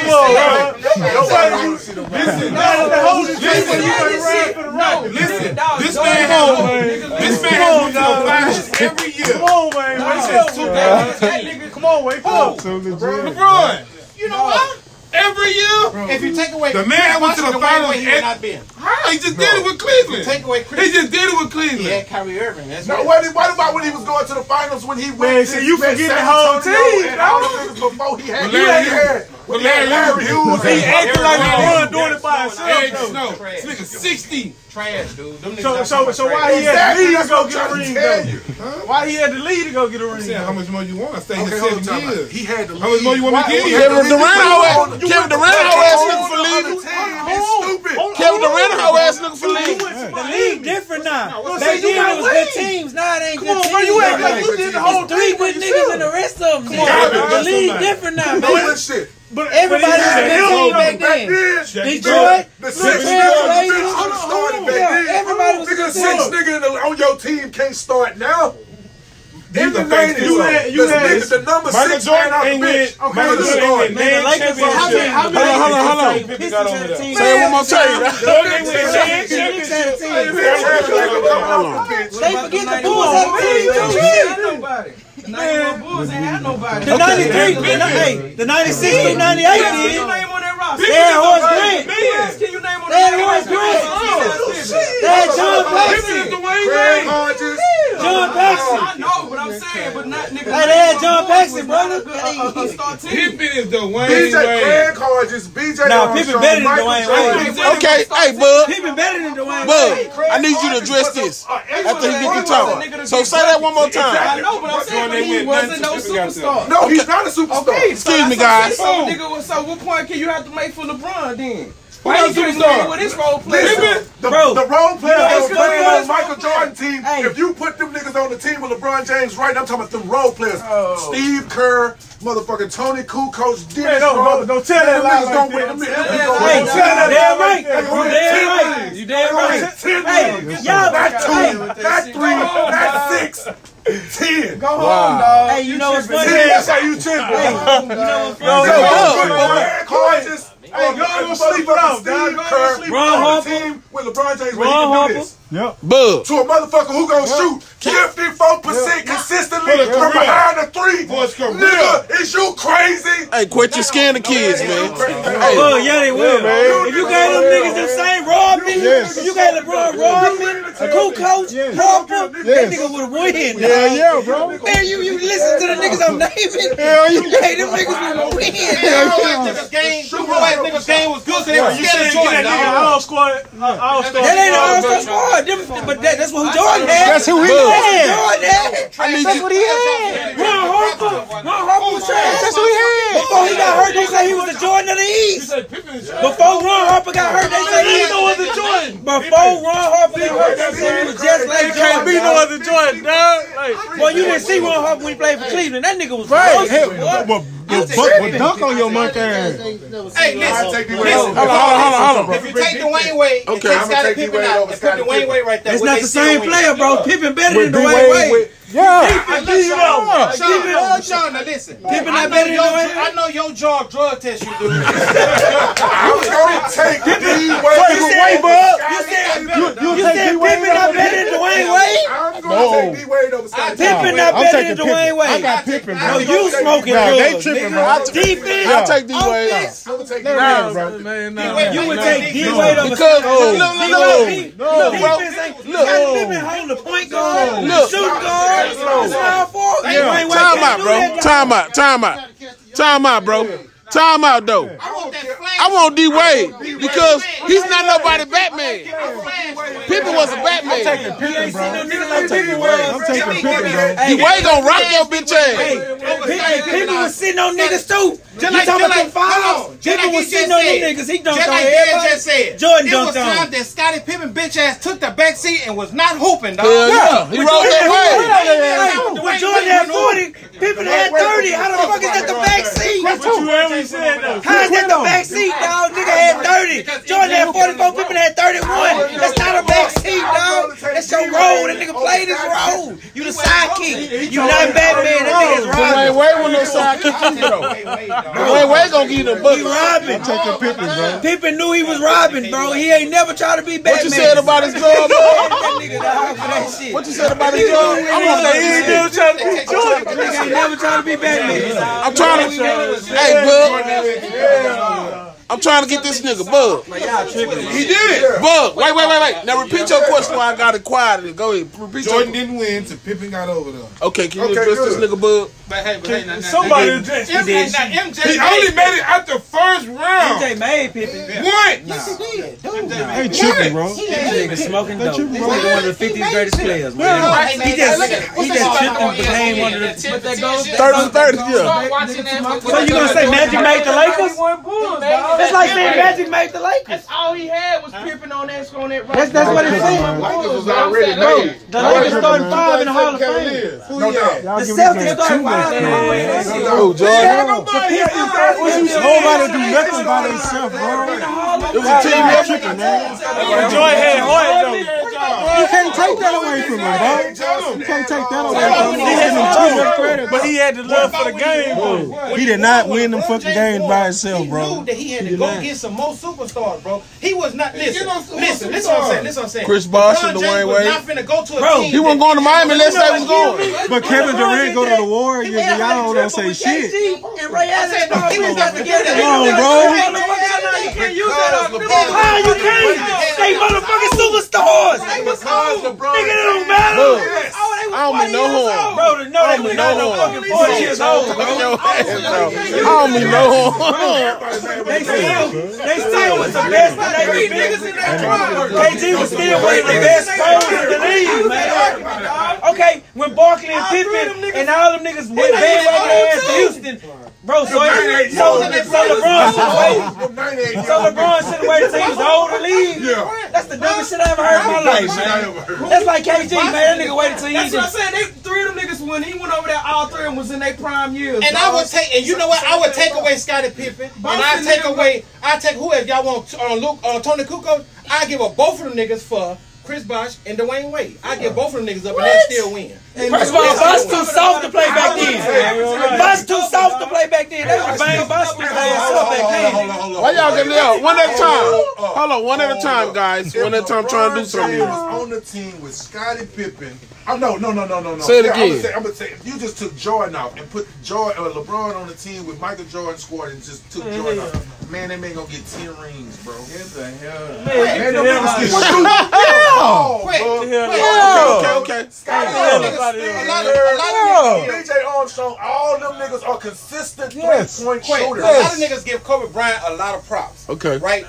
S15: Nobody used to see LeBron.
S6: Listen, no,
S5: Listen,
S6: dog,
S5: this
S6: Jordan
S5: man
S6: had-
S5: has this man
S13: Come
S5: has
S13: on,
S5: went to the
S13: dog.
S5: finals
S13: Come
S5: every year.
S13: on, man. Wake
S6: That
S13: up.
S6: nigga-
S13: Come on, wake up.
S1: So legit.
S5: LeBron
S2: You know what?
S5: every year.
S2: If you take away
S5: The man went to the
S2: Washington, where
S5: finals
S2: he would
S5: at-
S2: not been.
S5: How he just did it with Cleveland.
S2: Take away
S5: He
S2: Chris.
S5: just did it with
S2: He
S5: Cleveland.
S2: had Kyrie Irving. That's
S15: No,
S2: right.
S15: what, what about when he was going to the finals when he went?
S13: Man, see, you
S15: met
S13: forgetting
S15: San
S13: the whole
S15: Antonio
S13: team,
S15: and all the
S13: dog.
S15: niggas before he had.
S5: But Larry
S15: he
S5: Hughes-
S15: had
S5: but
S15: when he had
S5: Larry
S15: Larry Hughes.
S13: He acting like LeBron doing it by
S5: Eric
S13: himself. though.
S5: Snow. This nigga 60.
S2: Trash, dude. Them niggas
S13: So,
S2: not
S13: so, so why he had
S15: Exactly,
S13: to leave to
S15: that's
S13: go
S15: what
S13: get a
S15: I'm
S13: ring?
S15: trying to tell
S13: Though?
S15: you.
S13: Why he had to leave to go get a ring?
S5: Saying how much more you want? I stay here
S15: Okay, hold
S5: seven
S15: on. time out.
S5: years.
S15: He had to leave.
S5: How much more you want me to give you?
S3: Kevin Durant, how ass, Kevin Durant, how ass nigga for
S15: leaving?
S3: leaving.
S15: It's stupid.
S3: Kevin Durant, how ass nigga for
S13: He
S3: leaving.
S13: went to
S14: The
S13: Miami.
S14: league different now.
S13: No,
S14: Back
S13: say you
S14: then it
S13: got
S14: was good
S13: wings.
S14: teams. Now it ain't
S13: Come
S14: good
S13: on,
S14: teams.
S13: bro. You act like
S14: It's
S13: you did the whole
S14: three
S13: thing.
S14: good
S13: when you
S14: niggas and
S13: should.
S14: the rest of them.
S5: on,
S14: nigga.
S5: bro.
S14: The league
S5: Somebody.
S14: different now,
S15: Doing
S14: man.
S15: this shit.
S13: But- but he
S14: Everybody was a
S13: said,
S14: good
S13: "Hell
S14: team
S13: no."
S14: back
S15: Back then,
S14: then. Detroit,
S15: The six niggas
S14: Los Angeles,
S15: bitch, could have started back
S14: yeah,
S15: then.
S14: everybody was
S15: Nigga,
S14: the
S15: six
S14: same.
S15: nigga in the- on your team can't start now.
S5: He's the face.
S13: You had- you had-
S5: This nigga the number
S13: Michael
S5: six
S13: Jordan
S5: man out the
S13: ain't
S5: bench.
S13: win-
S5: Okay,
S13: Michael
S5: the
S13: Jordan
S5: score.
S13: ain't win Man, the Lakers championship. won- how many- how many
S5: Hold on, hold on, hold on.
S13: Pistons got over there?
S5: Say it one more time.
S13: They win championships.
S14: They forget the Bulls had
S6: Nobody. The 91 Bulls ain't had nobody.
S14: The 93, the, hey, the 96 and the 98
S6: Can you
S14: did.
S6: name on that roster?
S14: They had Horace Grant.
S6: Yes, Can you name on
S14: They had
S6: that
S14: Horace
S6: roster?
S14: Grant.
S6: Oh, shit.
S14: They had John
S6: Pippen is the
S14: Paxson.
S6: way
S5: Craig
S6: man.
S5: Hodges.
S14: John Paxson.
S6: I know, but I'm saying, but not nigga.
S14: Hey, they had John Paxson, brother.
S6: A, a, a star team.
S4: Pippen is the
S5: BJ
S4: Wayne Wade.
S5: Craig Hodges, BJ
S14: Nah,
S5: Armstrong,
S14: Pippen better than
S5: Michael
S14: Dwayne
S5: Jordan.
S14: Wade.
S3: Okay, hey, bud.
S14: Pippen better than Dwayne
S3: Bud,
S14: Wade.
S3: I need you to address this after he get
S6: Everybody
S3: through talking.
S6: was a nigga
S3: So
S6: to
S3: say
S6: get
S3: that one more
S6: I
S3: time.
S6: know, but I'm saying, but he wasn't no superstar.
S5: No, he's not a superstar.
S6: Okay, so
S3: Excuse
S6: I
S3: me,
S6: said,
S3: guys.
S6: So,
S14: Oh.
S6: nigga, well, so what point can you have to make for LeBron then?
S5: Why
S6: Why you
S5: you
S6: can't
S5: superstar?
S6: name with this role player?
S5: Listen, the, the role players
S6: You
S5: that
S6: ain't
S5: was playing
S6: gonna
S5: on
S6: be
S5: Michael
S6: honest with
S5: Jordan
S6: me.
S5: team,
S14: Hey.
S5: if you put them niggas on the team with LeBron James right, I'm talking about them role players. Steve Kerr, motherfucking Tony Kukoc, Dennis
S13: Man, don't- don't-
S5: Rodman.
S13: don't tell that
S5: Them
S13: lie
S5: niggas
S13: like
S5: don't
S13: that.
S5: win. Them
S13: Don't
S5: niggas-
S13: tell
S5: them
S13: that lie.
S5: niggas
S14: Hey,
S5: don't
S13: Don't
S5: win.
S13: tell that
S14: damn
S13: lie
S14: right.
S13: like that.
S14: You damn right. You damn right.
S5: Ten
S14: Hey,
S5: niggas.
S14: y'all,
S5: Not two,
S14: hey,
S5: not three, not six, ten.
S6: Go home, dog.
S14: hey, you know what's funny?
S5: Ten, that's how you ten.
S1: Oh,
S3: Yo, Bud,
S5: Conscious. Hey, y'all don't sleep it out, dog. Y'all don't sleep
S14: Ron Harper.
S5: Team with LeBron James, where he
S14: Ron
S5: can do
S14: Harper.
S5: this.
S1: Yep.
S3: Bud,
S5: to a motherfucker who gonna shoot 54 percent consistently
S1: For the
S5: from
S1: career.
S5: behind the three.
S1: For his career.
S5: Nigga, is you crazy?
S3: hey, quit your skin the kids, man. Hey,
S14: Bud, yeah, they will.
S1: man.
S14: If you gave them niggas the same Rodman,
S1: Yes.
S14: if you gave LeBron Rodman, a cool coach,
S1: Yes.
S14: Harper, that
S1: Yes.
S14: nigga would have won.
S1: Yeah,
S14: dog.
S1: yeah, bro.
S14: Man, you, you listen to the niggas I'm naming.
S1: Hell yeah.
S14: Hey, them niggas would have won.
S2: Them whole ass niggas game, them whole ass niggas game was good, so they were
S13: You
S2: scared
S13: shouldn't
S2: of
S13: get
S2: Jordan.
S13: that nigga
S2: dog.
S13: all squad. All star.
S14: That ain't an all-star squad. Them, but that, that's what Jordan had.
S3: That's who he
S14: That's what
S3: had.
S14: Jordan had.
S3: I need
S14: That's
S3: you-
S14: what he had. Ron Harper. Ron Harper was trash.
S3: that's what he had.
S14: Before he got hurt, they said he was the Jordan of the East. Before Ron Harper got hurt, they said he was the Jordan. Before Ron Harper got hurt, they said he was just like
S13: Can't be
S14: Jordan.
S13: no
S14: dog.
S13: other Jordan, dog. Like,
S14: Boy, you didn't see Ron Harper when he played for Cleveland. That nigga was
S1: Right.
S14: ferocious,
S1: Hell,
S14: boy.
S1: but, but, but, but dunk on your monkey ass.
S2: Hey, listen.
S5: take me
S2: Listen,
S5: Hold on, hold on, hold
S2: If you take Dwayne Wade and
S3: Okay,
S2: take
S5: I'ma
S2: Scottie
S5: take D-Wade
S2: Pippen out
S5: over
S2: and put
S5: Scottie
S2: Dwayne Wade right there,
S14: That's
S2: would
S14: not
S2: they
S14: the
S2: still
S14: same
S2: win?
S14: player, bro. Pippen better than
S1: With
S14: Dwayne
S1: D-Wade,
S14: Wade.
S1: with- Yeah.
S14: Pippen,
S2: Look, Sean,
S1: Yeah.
S2: Sean, Sean, Sean, now listen.
S14: Pippen
S2: I
S14: not
S2: know
S14: better than
S2: your
S14: Dwayne
S2: I know your jaw drug test you do.
S5: I'm gonna take D Wade.
S1: Wait, bud.
S14: You
S1: You
S14: said
S1: take D
S14: Pippen
S1: Wade
S14: not
S1: over
S14: better than Dwayne Wade?
S5: I'm gonna take D Wade over Scottie
S14: Pippen
S5: Pippen.
S14: not
S1: I'm
S14: better
S1: taking
S14: than Dwayne
S1: Pippen. I
S14: Wade.
S1: got Pippen, bro.
S14: No, you smoking
S1: Nah,
S14: drugs.
S1: they tripping,
S14: nigga.
S1: bro. I took-
S14: Defense.
S3: I'll take D Wade out.
S14: offense.
S5: I'm gonna take D
S1: Nah,
S5: Wade.
S1: bro.
S13: man, nah.
S2: D-Wade,
S14: You would
S2: nah,
S14: take D
S1: no.
S14: Wade over
S3: Because oh,
S14: Scottie.
S3: look,
S14: D-Wade,
S3: look,
S14: D-
S1: no,
S14: look,
S1: bro.
S14: defense ain't
S3: Look.
S14: Scottie Pippen holding the point guard, the
S3: Look.
S14: shooting guard, the small forward. Dwayne Wade
S3: Time
S14: can't
S3: out,
S14: do
S3: bro.
S14: that,
S3: Time out. Time out. Time out, bro. Time out, though.
S2: I want that flag.
S3: I want D Wade because he's not nobody Batman. Pippen was a Batman.
S14: dog. You ain't seen no nigga like
S1: Pippen, bro. I'm taking Pippen, bro.
S3: D Wade gonna rock your bitch ass.
S14: Pippen- Hey, Pippen was sitting on niggas too. You
S2: like- just
S14: talking about
S2: like-
S14: them files?
S2: hold on. Just
S14: Pippen
S2: like
S14: was
S2: he
S14: sitting
S2: just
S14: on them
S2: said.
S14: niggas. He dunked
S2: Just
S14: on
S2: like Dan
S14: everybody.
S2: just said,
S14: Jordan
S2: it was
S14: dunked
S2: time
S14: on.
S2: that Scottie Pippen bitch ass took the back seat and was not hooping, dog.
S3: Hell yeah, he rolled that way.
S14: Hey, When Jordan had 40, Pippen had 30. How the fuck is that the back seat?
S13: That's what you ever said, though.
S14: How is that the back seat, dog? Nigga had 30. Jordan had 44, Pippen had 31. That's not a back seat, dog. That's your role. That nigga played his role. You the sidekick. You not Batman. That nigga is
S3: Dwayne
S14: Robin.
S3: Wade with no sidekick either, though. Dwayne Wade gonna give you the
S14: He
S3: bucket.
S1: I'm
S14: Robin.
S1: taking Pippen, bro.
S14: Pippen knew he was Robin, bro. He ain't never tried to be Batman.
S3: What you said about his glove?
S14: Fuck that nigga, dog, for that shit.
S3: What you said about his glove?
S14: I want that
S13: He ain't never tried to be Jordan.
S14: Nigga ain't never tried to be Batman. dog.
S3: I'm trying to. Hey, Bug. I'm trying to get this nigga Bug. He did. Bug. Wait, wait, wait, wait. Now repeat your question. While I got it quiet. Go ahead. Repeat
S4: Jordan
S3: your.
S4: didn't win, so Pippen got over them.
S3: Okay, can you address this nigga Bug?
S2: But hey, but hey, now, now,
S13: Somebody addressed
S2: now,
S13: it.
S2: MJ, now, MJ,
S4: He only made it out the first round.
S14: MJ made Pippen.
S4: One.
S1: Hey, tripping, bro.
S14: That nigga smoking dope.
S1: you
S14: This nigga one of the 50 greatest players, man.
S2: Hey, man,
S14: He just-
S2: look at- what's
S14: he
S2: that
S14: just
S2: song
S14: tripped on
S2: on
S14: the name under the-
S2: ESPN?
S14: but that
S2: Ten
S14: goes-
S2: shit.
S3: Thirty to thirty. Yeah.
S2: Start watching that.
S14: So you gonna say Magic made the Lakers? That's like saying Magic made the Lakers.
S6: All he had was Pippen on that on that
S14: That's that's what it said.
S5: Lakers was already made.
S14: The Lakers starting five in the Hall of Fame.
S5: No doubt.
S14: The
S1: Y'all give me
S14: Celtics
S1: that
S14: starting
S1: two
S14: five in the Hall of Fame.
S3: Oh, Jordan.
S1: Nobody do nothing by themselves, bro.
S3: It was a team effort.
S13: Jordan had Hoyt, though.
S1: You can't take that away from him, bro. You can't take that away from him. He had them two hundred credits.
S13: But he had the love for the game, though.
S1: He did not win them fucking games by himself,
S2: He
S1: bro.
S2: knew that he had
S1: He
S2: to
S1: did
S2: go
S1: not.
S2: get some more superstars, bro. He was not listen.
S7: Get us some
S2: listen,
S7: more
S2: listen what I'm
S7: superstars.
S2: saying. Listen what I'm saying.
S3: Chris Bosh
S2: LeBron
S3: and
S2: James
S3: Dwayne
S2: was
S3: Wade.
S2: Not finna go to a
S3: Bro,
S2: team.
S3: he wasn't going to Miami unless they was going.
S1: But Kevin Durant go to the Warriors, and y'all don't say shit.
S14: And Ray Allen, no, he was not together.
S1: Come on, bro.
S14: You can't use that argument. How you can't? They motherfucking superstars.
S5: Because
S14: Nigga,
S5: LeBron
S14: it don't matter.
S3: Look,
S14: Oh, they was
S3: I don't mean no
S14: 40 years
S3: harm.
S14: old.
S13: Bro, to know
S3: I
S13: they
S3: don't
S13: was not no fucking 40 years old.
S3: mean no harm. Look at your ass, bro. I don't mean no harm.
S13: They still, they still was the best and they the biggest in that crowd. KG was still one of the best players in the league, man.
S14: Okay, when Barkley and Pippen and all them niggas went
S6: oh,
S14: bandwagon ass to Houston, bro, so, it- so, so LeBron should have waited. So LeBron should have waited till he was old to leave. That's the dumbest shit I ever heard in my life, man. That's like KG, man. That nigga waited till he
S6: That's what I'm
S14: was.
S6: saying. They three of them niggas when he went over there, all three of them was in their prime years.
S2: And I
S6: dog.
S2: would take, and you know what? I would take away Scottie Pippen, and I
S6: Boston
S2: take
S6: nigga-
S2: away, I take whoever y'all want. Uh, Luke, uh, Tony Kukoc. I give up both of them niggas for Chris Bosh and Dwayne Wade. I give both of them niggas up, and they still win.
S14: First of all, Bus too soft to play back then. Bus too soft to play back then. They was bang Bus to play up back then.
S3: Why y'all getting it out? One at a time. Hold on, one at a time, guys. One at a time, trying to do something.
S5: James
S3: here.
S5: was on the team with Scottie Pippen. Oh no, no, no, no, no, no.
S3: Say it
S5: Yeah,
S3: again.
S5: I'm gonna say, I'm gonna say, you just took Jordan off and put Jordan or LeBron on the team with Michael Jordan squad and just took Jordan off. Man, that man gonna get ten rings, bro. What the hell? Man, them niggas can shoot.
S2: Quick,
S5: Okay, okay, okay. Scottie
S13: Yeah.
S5: Pippen,
S13: Yeah.
S5: a lot of, a lot of niggas, BJ Armstrong, all them niggas are consistent
S1: Yes.
S5: three-point
S2: quick.
S5: shooters.
S2: A lot of niggas give Kobe Bryant a lot of props,
S3: Okay.
S2: right?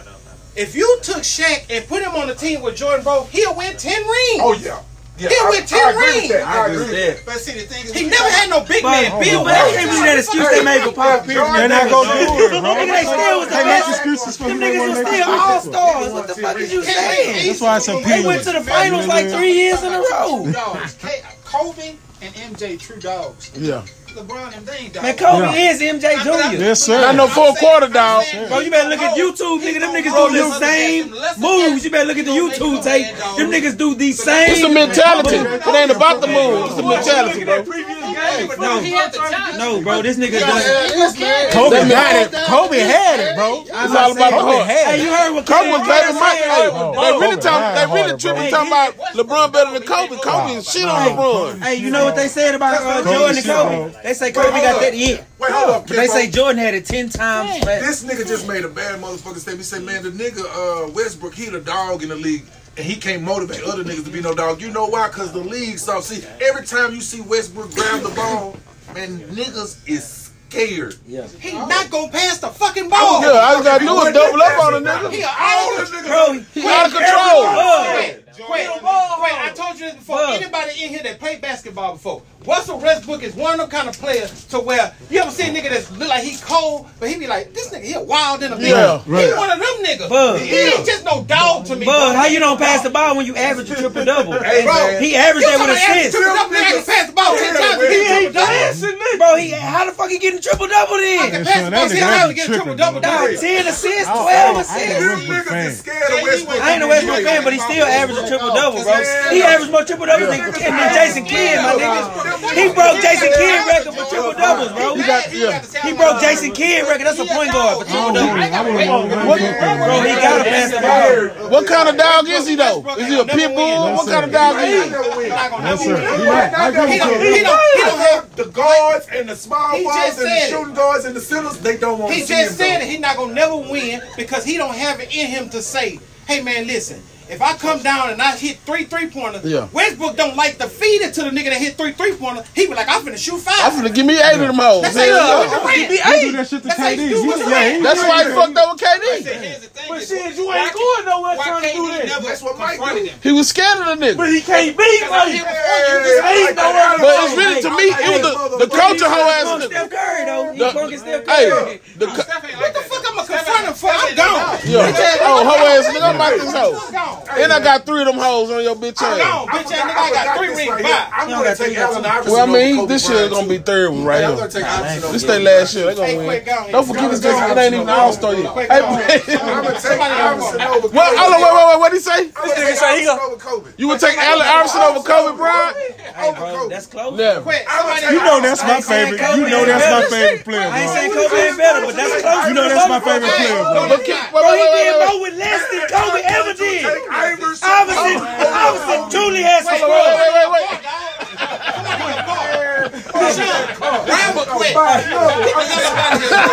S2: If you took Shaq and put him on the team with Jordan, bro, he'll win ten rings.
S5: Oh yeah. Yeah,
S2: He'll
S5: I-
S2: win
S5: I
S2: 10
S5: agree with
S2: rings.
S5: that. I agree with that.
S7: But see, the thing is,
S2: He never had no big man. Bill
S14: But I can't believe that excuse they made for Pop
S1: They're not gonna do it, bro.
S14: Nigga, they still was the
S1: They make
S14: best.
S1: excuses for
S14: Them
S1: who they
S14: niggas
S1: wanna
S14: was
S1: make
S14: still
S1: excuses
S14: all
S1: for.
S14: stars. What the fuck is you saying?
S1: That's why it's opinion.
S14: They went to the finals like three years in a row.
S7: dogs. K- Kobe and MJ, true dogs.
S3: Yeah.
S7: LeBron and they ain't dogs.
S14: Man, Kobe
S1: Yeah.
S14: is MJ Jr.
S1: Yes,
S3: Not
S1: sir.
S3: no four quarter, dog.
S14: Bro, you better look at YouTube, nigga. Them niggas do the same moves. You better look at the YouTube tape. Them niggas do these same.
S3: It's the mentality. It ain't about the move. It's the mentality, bro.
S14: No, bro, this nigga does.
S1: Kobe had it. Kobe had it, bro.
S3: It's all about the
S1: Kobe
S3: heart.
S1: had
S14: Hey,
S1: it.
S14: you heard what
S3: Kobe was
S14: Kobe
S3: better than Mike. Hey,
S14: said?
S3: they really talk. They really
S1: Harder,
S3: tripping
S1: bro.
S3: talking about LeBron better than Kobe. Kobe is shit on LeBron.
S14: Hey, you know what they said about uh,
S1: Kobe
S14: Jordan and
S1: shit,
S14: Kobe?
S1: bro.
S14: They say Kobe got that. Yeah,
S5: Wait, hold up,
S14: but they
S5: Kimbo.
S14: say Jordan had it ten times. faster.
S5: This nigga just made a bad motherfucking statement. He said, man, the nigga uh, Westbrook, he the dog in the league. And he can't motivate other niggas to be no dog. You know why? Because the league soft. See, every time you see Westbrook grab the ball, man, niggas is scared.
S2: He not gonna pass the fucking ball.
S3: Yeah, all Oh, you gotta do is double up on a nigga.
S2: He a all the
S14: Bro,
S3: He out of control.
S14: Bug.
S2: Wait, wait, I told you this before.
S14: Bug.
S2: Anybody in here that played basketball before, Russell Westbrook is one of them kind of players to where you ever see a nigga that's look like he cold, but he be like, this nigga, he a wild in a bitch.
S3: Yeah,
S2: He
S1: right.
S2: one of them niggas.
S14: Bug.
S2: He ain't just no dog to me.
S14: Bug, how you don't pass the ball when you average a triple double?
S5: man.
S14: he averaged that with assists.
S2: Up there, I can pass the ball ten times.
S5: Yeah,
S2: He ain't done.
S14: Listen, Bro, he how the fuck he getting triple double then?
S2: Pass
S1: Yeah,
S2: the
S1: son,
S2: ball
S1: that
S2: ten
S1: nigga
S2: times to
S1: be
S2: get triple
S1: tripping,
S2: double.
S1: bro.
S14: Nah,
S2: double.
S14: ten assists, twelve
S1: I
S14: assists.
S1: ain't a Westbrook
S5: Niggas
S1: fan.
S5: is scared of Westbrook.
S14: I ain't a Westbrook fan, but he still averaged a triple double, bro. He averaged more triple doubles than, than Jason Kidd, my nigga. He broke Jason Kidd record for triple doubles, bro.
S3: You got yeah.
S14: He broke Jason Kidd record. That's a point guard for triple doubles.
S1: I wouldn't want Westbrook,
S14: Bro,
S1: bro.
S14: he gotta pass the ball.
S3: What kind of dog is he though? Is he a pit bull? What kind of dog is he?
S1: Yes, sir. He right. I agree
S2: He don't,
S1: with
S2: he
S1: you.
S2: don't, he don't have.
S5: The guards and the small
S2: He
S5: balls
S2: just
S5: and the
S2: said it.
S5: shooting guards and the centers, they don't want
S2: He
S5: to see
S2: just
S5: him,
S2: said that he not gonna never win because he don't have it in him to say, "Hey man, listen, if I come down and I hit three three pointers,
S3: Yeah.
S2: Westbrook don't like to feed it to the nigga that hit three three pointers. He be like, I'm finna shoot five.
S3: I'm finna give me eight of them hoes.
S2: That's how you do it with
S3: Hell no.
S2: Durant.
S1: He do that shit to
S2: That's how you
S1: KD.
S2: do
S1: He-
S2: it with
S1: Yeah,
S2: Durant.
S1: he-
S3: That's why he fucked up with KD.
S7: Here's the thing.
S13: But
S7: is,
S13: shit, you
S7: why
S13: ain't going
S7: can't- Why
S13: nowhere trying to do
S7: can't he
S13: that.
S7: never
S5: That's what Mike
S7: confronted
S5: do.
S7: him?
S3: He was scared of the
S13: But
S3: nigga.
S13: he can't beat me. He ain't nowhere.
S3: But it's really to me, it was the, the coach of hoe ass
S14: Fuck
S3: nigga.
S14: Steph Curry though. He
S3: The-
S14: fucking Steph Curry.
S3: Hey, the co-
S2: What the fuck I'ma confront him for? I'm gone.
S3: yeah. Oh, hoe ass nigga, I'm about this hoe. Then I got three of them hoes on your bitch
S2: I'm
S3: ass.
S2: gone, bitch ass nigga. I got three rings.
S5: Right here.
S2: Bye.
S5: I'm gonna take Allen Iverson.
S3: Well, I mean,
S5: over
S3: this
S5: Kobe
S3: shit is
S5: Bryant,
S3: gonna
S5: too.
S3: be third one
S5: I'm
S3: right
S5: gonna
S3: here.
S5: take Iverson over
S3: This they
S5: Kobe
S3: last year. They gonna
S2: Hey,
S3: win.
S2: quick, go on here.
S3: Don't forget this nigga. It ain't even All Star yet. Hey, man.
S5: I'm gonna take Iverson over
S3: What? Hold on, wait, wait, wait. What he say?
S5: I would take
S13: nigga say he go-
S5: Iverson over Kobe.
S3: You would take Allen Iverson over Kobe Bryant?
S5: Over Kobe.
S14: That's close.
S3: Never.
S1: You know that's my favorite. You know that's my favorite player,
S14: I ain't
S1: bro.
S14: saying Kobe ain't better, but that's close.
S1: You know that's my favorite player, bro.
S3: But can- wait,
S14: Bro,
S3: wait,
S14: he
S3: wait,
S14: did
S3: wait,
S14: more with less than Kobe ever did.
S5: Take Iverson.
S14: Obviously, obviously, Julie has some
S3: wait, wait, wait,
S14: growth.
S3: wait, wait.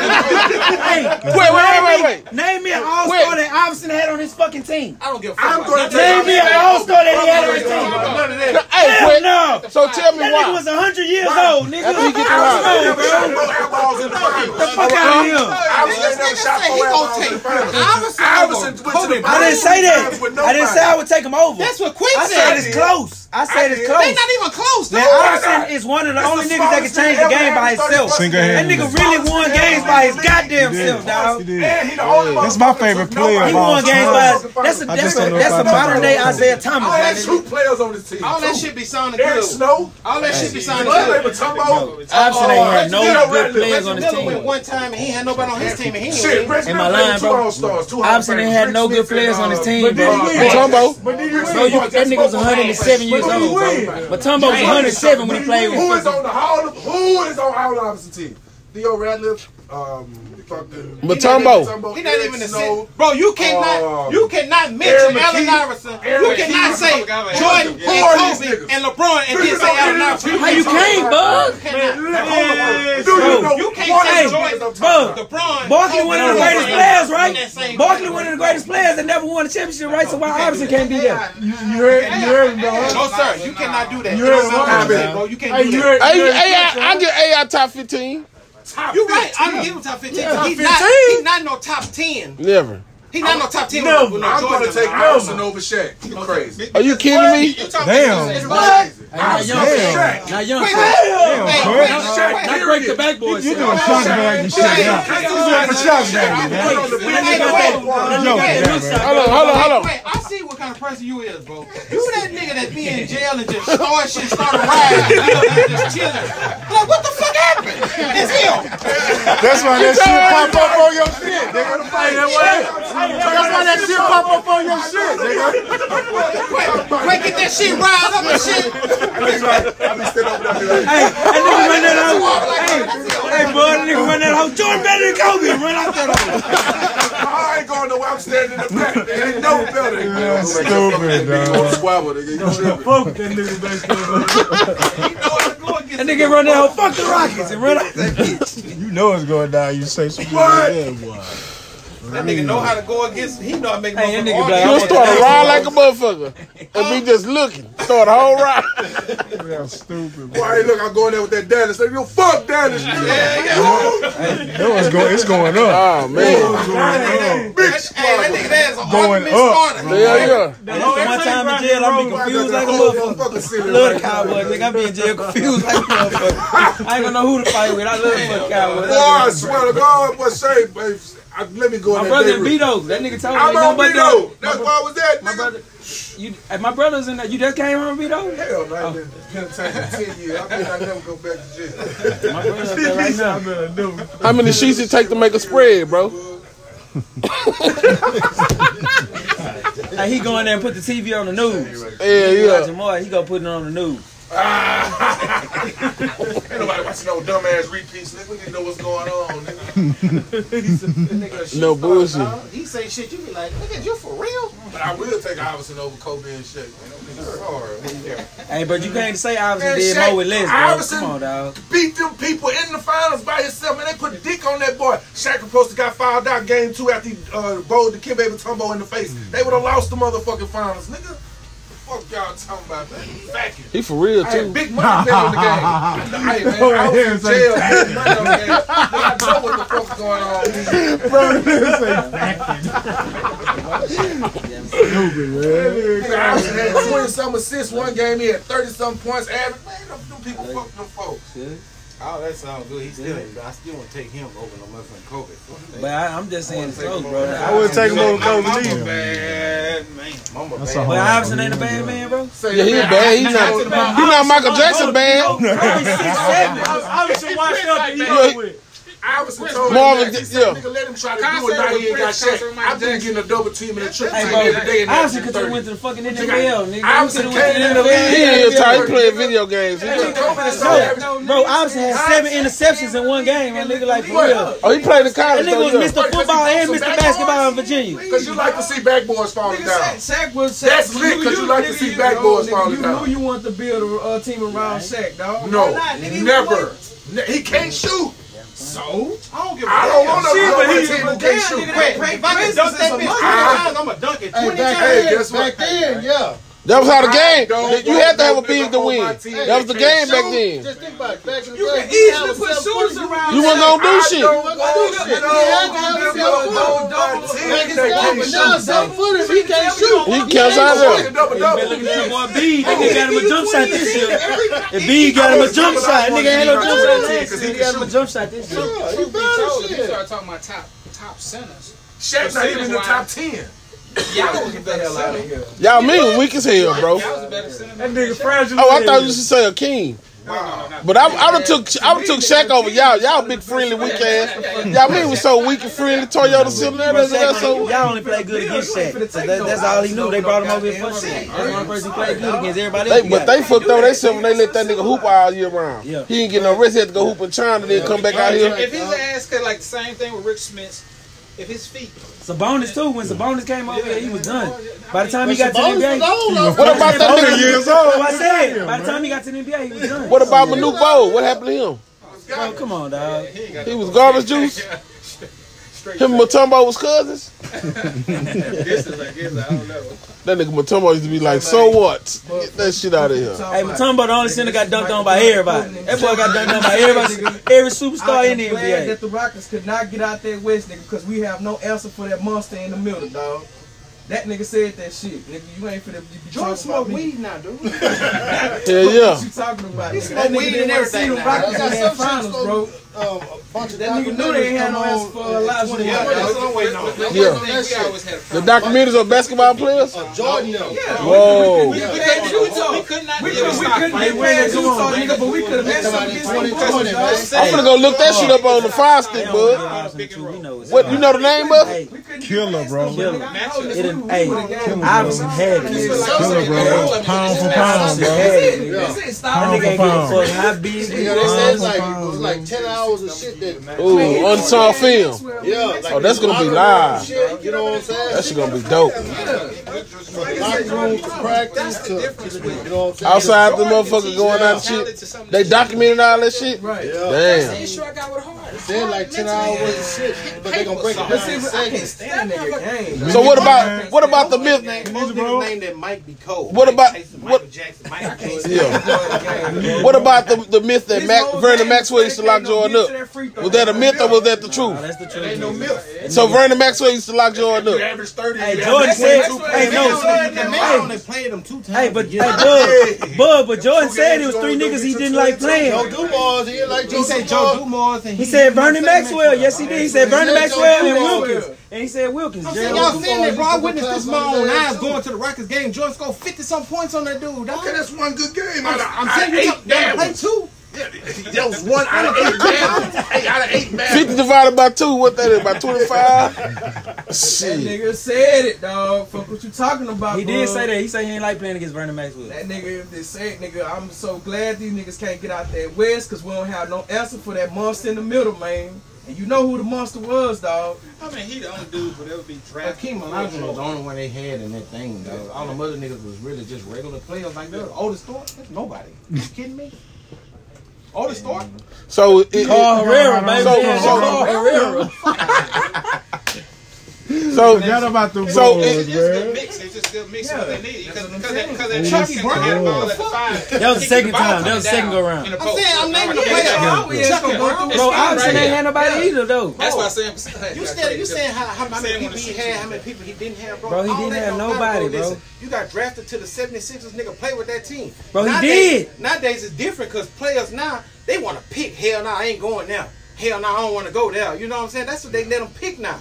S3: Wait, wait, wait, wait, wait.
S14: Name me an all star that Iverson had on his fucking team.
S2: I don't give a fuck.
S5: I'm
S2: about
S5: going to
S2: nothing.
S14: Name me an all star that he had on his team.
S5: None of
S3: No,
S5: that.
S3: Hey,
S14: Hell
S3: quit.
S14: no.
S3: So tell me
S14: That nigga was
S3: why.
S14: 100 years old, nigga.
S3: After he get
S14: Come
S3: them out.
S14: on,
S5: Never shot no eyeballs in the finals.
S14: Fuck out of here.
S5: I was ain't never shot four eyeballs in the finals. Iverson went to the
S14: I didn't say
S5: finals with
S14: that.
S5: nobody.
S14: I didn't say I would take him over.
S2: That's what Quick
S14: I said
S2: said.
S14: it's close. I said it's
S2: They
S14: close.
S2: not even close,
S14: Now,
S2: though.
S14: Iverson is one of the
S5: That's
S14: only
S5: the
S14: niggas that can
S5: smallest
S14: change
S5: nigga
S14: the game
S5: ever
S14: by
S5: had 30
S14: himself.
S5: buckets.
S14: That
S1: Single-handedly.
S14: nigga really won games by his goddamn
S1: He did.
S14: self, dog.
S1: He
S14: He
S1: did.
S5: And he the only
S1: That's
S5: motherfucker
S1: my favorite
S5: took nobody.
S1: player, bro.
S14: won games by his. That's a
S1: I
S14: that's
S1: just
S14: a
S1: don't know
S14: that's a
S1: if I
S14: modern day
S1: talk about
S14: Isaiah
S5: All
S14: Thomas. man.
S5: that true players on the team.
S2: All that shit be sounding
S5: Eric
S2: good.
S5: Snow.
S2: All that shit be sounding
S5: What? They
S2: good.
S5: were Tumbo.
S14: Iverson ain't had
S5: Reggie
S14: no
S5: Miller
S14: good
S5: went-
S14: players on his
S2: Miller went
S14: team.
S2: one time and he had nobody on his team and he ain't
S5: Shit,
S2: win.
S5: Reggie
S14: Am I
S5: Miller played
S14: lying,
S5: two
S14: bro?
S5: All-Stars, two
S14: Iverson ain't
S5: Hall of
S14: had
S5: Famers,
S14: no
S5: Rick
S14: good
S5: Smith
S14: players
S5: and,
S14: on his
S5: uh,
S14: team,
S5: Bro,
S14: bro.
S5: you-
S3: Tumbo.
S5: But then you-
S14: Bro, you, that nigga was 107 years
S5: But
S14: old,
S5: who win?
S14: bro. But Tumbo was 107 when he played
S5: Who is
S14: with.
S5: on the Hall of Who is on Hall of Opposite team? Theo Radcliffe, um, fucking
S3: Matumbo.
S2: He not even a
S5: Snow.
S2: six. Bro, you cannot
S5: Um,
S2: you cannot mention
S5: Aaron
S2: Allen
S5: McKee.
S2: Iverson.
S5: Aaron
S2: You
S5: McKee.
S2: cannot say
S5: Who are
S2: Jordan and
S5: these niggas?
S2: Kobe and LeBron and then say Allen Iverson.
S14: How you came, bug?
S2: cannot.
S5: Do you know
S2: You
S5: one
S2: can't say
S5: of the niggas
S2: Jordan,
S5: I'm talking about?
S2: LeBron.
S14: Barkley one of
S2: Kobe,
S14: the greatest
S2: and
S14: players,
S2: that
S14: right?
S2: same
S14: Barkley
S2: category.
S14: one of the greatest players that never won a championship, right? So why Iverson can't be there?
S5: You you heard, you heard, bro.
S2: No, sir, you cannot do that.
S5: You heard what I
S2: Bro,
S5: said.
S2: bro, you
S5: Hey,
S2: can't
S5: you
S2: do that.
S5: heard,
S3: Hey,
S5: you heard,
S3: AI, I get AI top 15.
S5: top
S2: You right.
S5: 15.
S2: I don't give him top 15. He's not,
S3: 15?
S2: he not no top 10.
S3: Never.
S2: He not no top 10. No, no
S5: I'm gonna
S2: Jordan.
S5: take Iverson over Shaq. You crazy?
S3: Are you kidding me?
S1: Damn.
S14: Now young,
S5: Shaq.
S14: now young,
S2: Quick,
S14: not
S2: Damn,
S1: Damn,
S2: quick,
S1: bro.
S5: Shaq.
S14: break the
S5: Period.
S14: backboard.
S1: You
S14: son.
S1: doing shot bag and shit out.
S5: Put on the bench.
S2: Hey,
S1: You
S2: quick.
S1: know that, bro.
S3: Hold on, hold on, hold on.
S2: Wait, I see what kind of person you is, bro. You that nigga that be in jail and just start shit, start a riot, you know, and just chilling. Like, what the fuck happened? It's him.
S1: That's why that shit pop up on your shit.
S5: They gonna fight that way.
S1: That's why that shit pop up on your shit.
S2: Quick, quick, get that shit riled up and shit.
S5: I be standing over there. like,
S14: Hey, that nigga run that out. Hey, hey, bud, that nigga run that out. Jordan better than Kobe. Run out that hole.
S5: I ain't going nowhere. I'm standing in the back. There ain't no building.
S1: Stupid, dog.
S5: Squabble, nigga. You tripping.
S4: Fuck that nigga baseball.
S14: That nigga run that hole. Fuck the Rockets and run out.
S1: You know it's going down. You say some shit
S5: What?
S1: like that, boy.
S2: That nigga know how to go against. He know how to make
S14: Hey, that
S2: motherfucker
S14: nigga black.
S3: You'll
S2: argue.
S3: start a ride like a motherfucker. And be just looking. Start a whole ride.
S1: That's stupid,
S5: Boy,
S1: bro.
S5: hey, look, I'm going there with that Dallas. Like, yo, fuck Dallas. nigga.
S1: That was going, it's going up.
S3: Oh, man.
S5: Big
S2: Hey, that nigga,
S5: squabble.
S2: that is an
S1: Going
S2: argument
S1: up.
S2: starter.
S3: Hell yeah.
S14: That's the one time in jail I
S5: Why I
S14: be
S5: got
S14: confused
S5: that
S14: like a
S5: whole
S14: motherfucker.
S5: motherfucking city
S14: I love the
S5: right
S14: Cowboys, nigga. I be in jail confused like a motherfucker. I ain't gonna know who to fight with. I love the fucking Cowboys.
S5: Boy, I swear to God, boy, Shay, babe, I, let me go
S14: My
S5: in that
S14: brother in
S5: neighborhood.
S14: Beto. That nigga told me.
S5: I'm
S14: ain't
S5: on
S14: nothing but dogs.
S5: Beto. That's why I was that,
S14: My
S5: nigga.
S14: brother, you, hey, my brother's in that. You just came home, Beto?
S5: Hell, no, I ain't been penitentiary for 10 years. I think I never go back to jail.
S14: My brother's up there right now.
S3: How many sheets it take to make a spread, bro?
S14: Hey, he go in there and put the TV on the news.
S3: Yeah,
S14: He
S3: yeah.
S14: watching more. He gonna put it on the news.
S5: Ain't nobody watching no dumbass repeats, nigga. We need to know what's going on, nigga.
S3: No bullshit.
S2: He say shit, you be like, nigga, you for real?
S5: But I will take Iverson over Kobe and Shaq. Man, them niggas hard.
S14: Hey, but you can't say Iverson
S5: Man,
S14: did
S5: Shaq,
S14: more with less, bro.
S5: Iverson-
S14: Come on, dog.
S5: beat them people in the finals by himself, man. They put dick on that boy. Shaq supposed to got fouled out game two after he uh, bowled the Kim Baby Tumbo in the face. They would have lost the motherfucking finals, nigga. Fuck y'all talking about, man. Thank you.
S3: He for real,
S5: I had
S3: too.
S5: big money bet on the game. Hey, man, I was in jail. I had money on the game. But I know what the fuck's going on. Nigga, I was had 20 some assists one game. He had 30 some points average. Man, them, them people fuck them folks.
S2: Oh, that sounds good. He still, ain't- I still want to take him over no motherfucking Kobe.
S14: But I, I'm just saying it's close, bro.
S1: I wouldn't take him over Kobe either.
S13: Bad man.
S2: Mama,
S1: That's
S2: baby.
S1: a
S14: But
S1: hard
S14: Iverson ain't a bad man, bro.
S3: Yeah, he bad. He not, he not Michael Jackson bad.
S14: Kobe six seven.
S13: I was just watched up and he
S3: Yeah,
S13: over with.
S5: Iverson told
S3: Marvin
S5: him that. He
S3: did-
S5: said,
S3: yeah.
S5: nigga, let him try to
S7: Concept
S5: do it. Now he
S7: with
S5: ain't got
S7: Prince,
S5: shit.
S7: Concept with Michael
S5: I've been
S7: Jackson.
S5: getting a double team and a triple
S13: Hey,
S5: team every day in
S13: bro,
S5: that
S13: Iverson could have went to the fucking NFL, nigga. He coulda went
S5: Iverson
S13: to
S5: came
S13: NFL.
S5: in the league.
S3: He in here tired playing video games. He just-
S13: No,
S14: Bro, Iverson had seven interceptions in one game, and nigga like for real.
S3: Oh, he played in college.
S14: That nigga was
S3: though, yeah.
S14: Mr. Football and Mr. Basketball in Virginia.
S5: Because you like to see backboards falling
S6: Nigga,
S5: down.
S6: Shaq, Shaq was Shaq.
S5: That's lit, 'cause you like to
S6: nigga,
S5: see
S6: you
S5: backboards falling
S6: know, nigga, you
S5: down.
S6: knew you wanted to build a uh, team around Shaq, dog.
S5: No,
S6: Why not, nigga? He was
S5: never.
S6: like-
S5: Ne- He can't shoot.
S6: So I don't give a
S5: I don't
S6: damn.
S5: want no
S6: Shit,
S5: number
S6: but
S5: one
S6: he-
S5: team
S6: but
S5: who
S6: damn,
S5: can't shoot.
S6: nigga, that
S2: Hey, if
S6: Prince
S2: I can
S6: is
S2: dunk that
S6: a
S2: bitch twenty
S6: monster.
S2: times, I'ma dunk it twenty
S4: back
S2: times.
S5: Hey,
S4: then,
S5: guess what?
S4: back then, yeah.
S3: That was how the
S5: I don't
S3: game. You had to have a
S5: want
S3: big to
S5: no nigga
S3: win.
S5: on my team
S3: That was the
S5: that
S3: game
S5: can't
S3: back
S5: shoot.
S3: then.
S4: Just think about it. Back in the
S6: You
S4: day,
S6: can
S4: we
S6: easily put
S4: had ourselves
S6: shooters
S4: forty-
S6: around.
S3: You
S6: Shaq.
S3: wasn't gonna do
S5: I
S3: shit.
S5: don't
S4: What
S5: want no shit.
S4: do you- you had to have
S5: I don't want
S4: yourself a-
S5: no team
S4: Back in
S5: that
S4: the day,
S5: can't
S4: but now
S5: shoot.
S4: seven footers, he can't shoot.
S3: He counts out
S5: Fucking
S3: there.
S5: double
S13: Better
S5: double.
S13: look at one B. Nigga got him a jump shot this year.
S14: If B got him a jump shot, nigga ain't no jump shot last
S5: Because
S14: year.
S5: he
S14: He
S5: can
S14: got him a jump shot this year.
S4: Yeah,
S7: Truth
S4: you
S7: be
S4: better
S7: told, if you
S4: shit.
S7: start talking about top top centers.
S5: Shaq not even in the top ten.
S7: Y'all was a better center.
S3: Y'all me was weak as hell, bro.
S7: Y'all was a better center.
S13: That nigga fragile.
S3: Oh, I thought you should say a king. But I, I done took I done took Shaq over y'all. Y'all big friendly weak ass. Y'all mean was so weak and friendly. Toyota City, that, that, that, so
S14: Y'all only play good against Shaq. So that, that's all he knew. They brought him over here for Shaq. That's the only person who played good against everybody else.
S3: they, but they fucked over themselves when they let that nigga hoop all year round.
S14: Yeah.
S3: He ain't get no rest. He had to go hoop in China, then come back out here.
S7: If his ass could like the same thing with Rick Smith, if his feet.
S14: Sabonis too. When Sabonis came over here, he was done. By the time he got to the
S4: Bonus
S14: NBA,
S4: is old, though.
S3: What about that
S1: Other
S3: nigga?
S1: years old.
S14: Oh, I said. By the time he got to the NBA, he was done.
S3: What about Manu Bowl? What happened to him?
S14: Oh, come on, dog.
S3: He was garbage juice. Him and Matumbo was cousins.
S7: This is like this. I don't know.
S3: That nigga Matumbo used to be like, so what? Get that shit out of here.
S14: Hey, Matumbo, the only center got dunked on by everybody. That boy got dunked on by everybody. Every superstar
S6: I
S14: in
S6: am
S14: the
S6: glad that
S14: NBA.
S6: the Rockets could not get out that West nigga because we have no answer for that monster in the middle, dog. That nigga said that shit, nigga. You ain't finna you be
S2: Jordan
S6: talking about
S2: smoke
S6: me.
S2: weed now, dude.
S3: Hell yeah.
S6: What you talking about? nigga?
S2: smoke
S6: That nigga
S2: weed
S6: didn't
S2: and
S6: want to see
S2: everything
S6: the
S2: now.
S6: Rockets in
S4: Got
S6: that
S4: some
S6: finals,
S4: shit's
S6: bro.
S4: supposed to, uh, a bunch of
S6: That nigga knew they ain't had no
S4: documentaries
S6: answer
S4: come
S6: for Elijah.
S4: on,
S6: Wood, dog.
S4: uh,
S2: That's what I'm waiting on.
S7: That's
S3: Yeah.
S7: one thing we always had a
S3: The
S7: problem.
S3: documentaries of basketball players?
S4: Jordan, though.
S3: Whoa.
S7: We couldn't get Utah. We could not
S6: We
S7: get
S6: could we couldn't get past Utah, nigga, but we could have had some against
S4: Somebody
S6: them boys, dog.
S3: I'm gonna go look that shit up on the fire stick, bud. What you know the name of? it?
S14: Hey,
S6: We couldn't get
S1: Killer,
S6: past
S1: bro.
S6: them, nigga. I know this. We
S14: it done,
S6: would've
S14: hey,
S6: got-
S14: Iverson had it. nigga.
S1: Killer, bro. Pound for pound,
S14: Iverson
S1: bro.
S14: had it. nigga.
S6: That's it.
S14: That
S6: Stop.
S14: nigga ain't give a fuck how big
S4: Yeah,
S14: he
S4: they
S14: was.
S4: said it's like, it was like 10 hours of shit that.
S3: Ooh, unsaw film.
S4: Yeah, like
S3: Oh, that's gonna be
S4: locker room
S3: live.
S4: shit, You know what I'm saying?
S3: That shit gonna be dope.
S4: Locker room to practice to, you know what I'm saying?
S3: Outside the motherfucker going out and shit. They documented all that shit.
S6: Right.
S7: The
S3: Damn.
S7: issue I got with Hard.
S4: They're like 10 hours worth of shit, but they gonna break it
S6: But
S4: down
S6: see,
S4: in
S6: but I can't
S4: seconds.
S6: stand that nigga game. dog.
S3: So what about what about the myth?
S2: Most
S1: Ninja,
S2: niggas
S1: bro.
S2: name that Mike be cold.
S3: What
S2: Mike
S3: about-
S2: Tyson,
S3: what-
S2: Michael Jackson, Mike Jackson.
S3: Yeah. What about the the myth that Mac, Vernon Maxwell used to lock Jordan up? Was that a myth or was that the
S14: Nah,
S3: truth?
S14: that's the truth. nigga.
S3: So Vernon Maxwell used to lock Jordan up.
S5: Average thirty.
S14: Hey, Jordan said, hey, no,
S2: The
S14: hey,
S2: man only played him two times.
S14: Hey, but hey, Bud, Bud, but Jordan said it was three niggas he didn't like
S4: Joe
S14: playing.
S4: Dumas, he like Joe
S2: he said Joe
S4: Dumas.
S2: Dumars and
S14: He said Vernon Maxwell. Yes, he did. He said Vernon
S4: Joe
S14: Maxwell and
S4: Dumars.
S14: Wilkins. And he said Wilkins.
S2: I'm saying,
S14: Gerald
S2: y'all
S14: Wilkins.
S2: seen that, bro. I witnessed this with my own eyes
S4: Too.
S2: going to the Rockets game. Jordan scored 50 some points on that dude, dog.
S5: Okay, that's one good game.
S2: I'm,
S5: Out of-
S2: I'm
S5: out of
S2: saying you
S5: eight
S2: took down play
S5: games.
S2: two.
S5: Yeah, That was one out of eight games. Hey, out of eight matches.
S3: Fifty divided by two, what that is? By twenty five.
S6: That
S3: Shit.
S6: nigga said it, dog. Fuck what you talking about.
S14: He did
S6: bro.
S14: say that. He said he ain't like playing against Vernon Maxwell.
S6: That nigga if they said, nigga, I'm so glad these niggas can't get out that west because we don't have no answer for that monster in the middle, man. And you know who the monster was, dog.
S7: I mean, he the only dude would ever be drafted.
S2: Hakeem Olajuwon was the only one they had in that thing, though. All the other niggas was really just regular players like that. Oldest Thorpe? That's nobody. You kidding me? Oldest Thorpe?
S3: So it, it,
S14: Carl Herrera,
S1: no, no,
S14: baby.
S1: no,
S3: no,
S14: Carl
S3: no,
S14: Herrera.
S3: so
S1: Forgot about them
S3: So,
S1: boys,
S7: It's still
S1: bro.
S7: mixed. It's just still mixed
S6: Yeah,
S7: what they need because
S6: that's
S7: because
S6: what I'm
S7: they because they
S1: Chucky
S7: Chucky Brown had the ball at the five.
S14: That was the second time. That was the second go round.
S2: I'm saying, I'm naming the players.
S6: Oh, yeah, it's gonna go through.
S14: Bro, Iverson
S7: right
S14: ain't had nobody either though.
S7: That's why I said
S2: You said you saying how, how many
S7: Saying
S2: people
S7: when
S2: he
S7: it's
S2: had, how many people he didn't have, bro.
S14: Bro, he
S2: All
S14: didn't
S2: that
S14: have
S2: don't matter,
S14: nobody, bro.
S2: Listen, you got drafted to the 76ers, nigga. Play with that team.
S14: Bro, he
S2: nowadays,
S14: did.
S2: Nowadays it's different because players now they want to pick. Hell, nah, I ain't going now. Hell, nah, I don't want to go there. You know what I'm saying? That's what they let them pick now.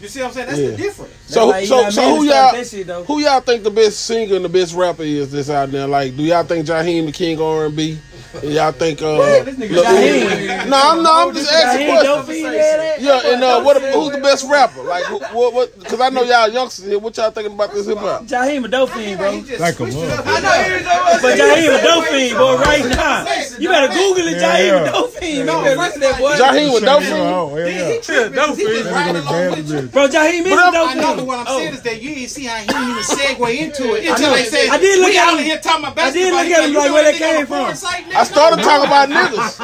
S2: You see what I'm saying? That's
S3: Yeah.
S2: the difference.
S3: so
S14: That's why
S3: so
S14: Eli
S3: so
S14: Manning
S3: who
S14: stopped that shit,
S3: y'all
S14: though.
S3: who y'all think the best singer and the best rapper is this out there? Like, do y'all think Jaheim the King R and B? Y'all think uh,
S6: This nigga
S3: Lahoud?
S6: Jaheim.
S3: No, I'm no, I'm just asking
S6: Jaheim,
S3: questions.
S6: your feet had that?
S3: Yeah, and uh, what who's the best rapper? Like, who- what? What? Because I know y'all youngsters here. What y'all thinking about this hip hop?
S14: Jaheim a dope fiend, bro.
S1: Like a mother.
S2: I know you know
S14: But Jaheim a dope fiend, boy, right now. You better Google it,
S1: Yeah,
S14: Jaheim
S1: yeah.
S14: a dope fiend.
S2: No,
S14: man.
S2: first of that, boy.
S3: Jaheim with dope fiend.
S1: Oh, yeah, yeah. Nigga look bad as bitch.
S14: Bro, Jaheim is a
S3: I
S14: dope
S2: I know, but
S14: fiend.
S2: what I'm saying is that you didn't see how he even segue into it until
S14: know.
S2: they said,
S14: Oh. I did look
S2: we
S14: at
S2: out
S14: him.
S2: here talking about
S14: I did
S2: basketball.
S14: look
S2: You
S14: at
S2: know,
S14: him
S2: you
S14: like,
S2: know
S14: where that
S2: they got
S14: came
S2: a porn
S14: from?
S2: site now?
S3: I started talking about niggas.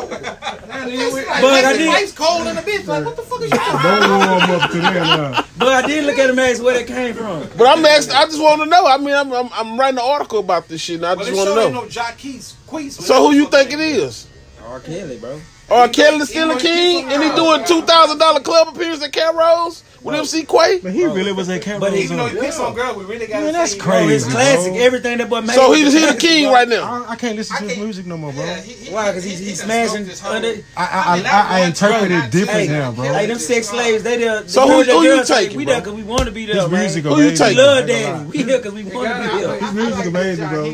S14: But I
S2: Like,
S14: did-
S2: Life's cold in the bitch. Like, what the fuck is you talking about?
S1: Don't warm up to that now.
S14: But I did look at him and ask where that came from.
S3: But I'm asking. I just want to know. I mean, I'm, I'm I'm writing an article about this shit, and I
S2: Well,
S3: just
S2: they
S3: want
S2: sure
S3: to
S2: ain't
S3: know.
S2: no Jaquez Queez.
S3: So who you think it is?
S14: R. Kelly, bro.
S3: Or Kelly still a king, and he doing two thousand dollar club appearance at Carol's with MC Quay.
S1: But he really was at Camp
S14: But he-
S1: Rose.
S2: Even though
S1: huh?
S2: you piss on girl, we really got
S14: Man, that's
S2: say,
S14: crazy. Bro, it's
S1: Crazy,
S14: classic.
S1: bro.
S14: Everything that boy made.
S3: So
S14: was
S3: he's he
S14: classic,
S3: the king
S14: bro.
S3: right now.
S1: I, I can't listen to his music no more, bro.
S14: Why? Because he's, he's smashing. Under,
S1: I, I, I, I interpret it different now, bro.
S14: Hey, them sex slaves, they there.
S3: So
S14: the
S3: who-
S14: girls- the
S3: who you
S14: girls say,
S3: taking,
S14: We
S3: bro?
S14: there because we want to be there,
S1: His
S14: man.
S1: music
S3: Who you
S1: amazing.
S3: taking?
S1: bro.
S14: Love daddy. We here because we want to be there.
S1: His music amazing, bro.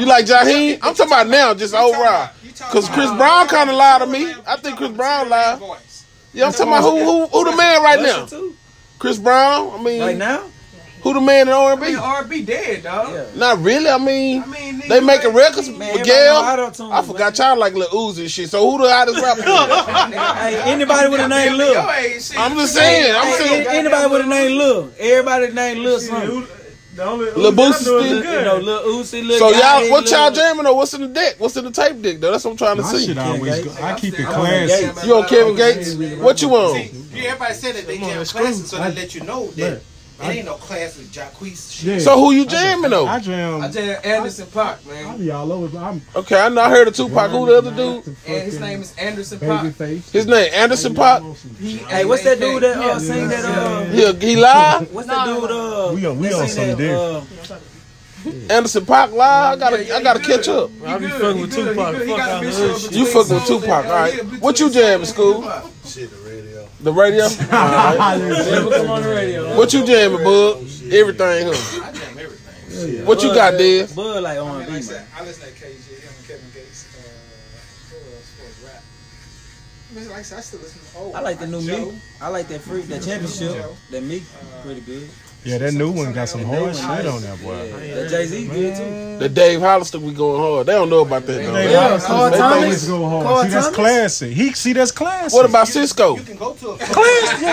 S3: You like Jaheim? I'm talking about now, just overall. Cause Chris Brown kind of lied to me. I think Chris Brown lied. Yeah, I'm talking about who who, who the man right now?
S14: Usher, too.
S3: Chris Brown. I
S14: Right
S3: mean,
S14: now?
S3: who the man in
S6: I
S3: R&B?
S6: mean, R&B dead, dog.
S14: Yeah.
S3: Not really. I mean,
S6: I mean,
S3: they making records.
S14: Man,
S3: Miguel.
S14: everybody know
S3: I
S14: auto-tune,
S3: forgot y'all like Lil Uzi and shit. So who the hottest rapper?
S14: man. Hey, anybody with a name Lil.
S6: Your age, shit.
S3: I'm just saying. I'm
S14: Hey,
S3: saying.
S14: an- anybody with a name Lil. Everybody named Lil something.
S1: The only
S3: Lil Boosie still.
S14: You know, Lil Uzi, Lil
S3: So y'all,
S14: Yachty,
S3: what y'all
S14: Lil-
S3: jamming or what's in the deck? What's in the tape deck though? That's what I'm trying to
S1: My
S3: see.
S1: shit always
S14: Gates.
S1: go. I keep it
S14: I'm on
S1: classy.
S14: Gates.
S3: You on Kevin Gates? What you on?
S2: See, everybody said that they
S1: Come on,
S2: jam
S1: that's cool.
S2: classes, so
S1: I-
S2: they let you know that it ain't no class with Jaquez shit.
S1: Yeah.
S3: So who you jamming
S1: I
S3: though?
S6: I
S1: jam.
S6: just Anderson Park, man.
S1: I'm y'all over. I'm
S3: Okay, I know. I heard of Tupac. Who the other dude?
S6: And his name is Anderson Park.
S1: Babyface.
S3: His name Anderson Pop.
S14: Hey, what's that dude that uh, sing that? Uh,
S3: He, he live.
S14: what's that dude? Uh,
S1: We on- we
S14: that
S1: on
S14: sing
S1: something
S14: that,
S1: different.
S14: uh,
S3: Anderson Pop live. I gotta I gotta catch up.
S6: I be fucking with Tupac. Fuck out of shit.
S3: You fucking with Tupac, all right? What you jamming, school?
S16: Shit, the radio.
S3: The radio. All right.
S14: Never come on the radio.
S3: What you jamming, bud? Everything, huh?
S17: I jam everything.
S3: What you got, Diz?
S14: Bud like
S17: I
S14: R
S17: mean,
S14: and
S17: like I
S14: B, man.
S17: said, I listen to KG, him and Kevin Gates. Uh, who else was rap? I mean, like I said, I still listen to old.
S14: I like the new
S17: Joe.
S14: Meek. I like that freak, that championship, that Meek, pretty good.
S1: Yeah, that new one got some hard
S14: That
S1: shit on
S14: new one nice.
S1: that boy.
S14: Yeah, that Jay Z good too.
S3: The Dave Hollister, we going hard. They don't know about that
S1: They
S3: though.
S1: yeah,
S14: Carl
S1: they
S14: Thomas.
S1: always go hard.
S14: Carl
S1: see, that's
S14: Thomas.
S1: classy. He see, that's classy.
S3: What about Cisco?
S14: Oh.
S2: You can go to a
S14: Hey,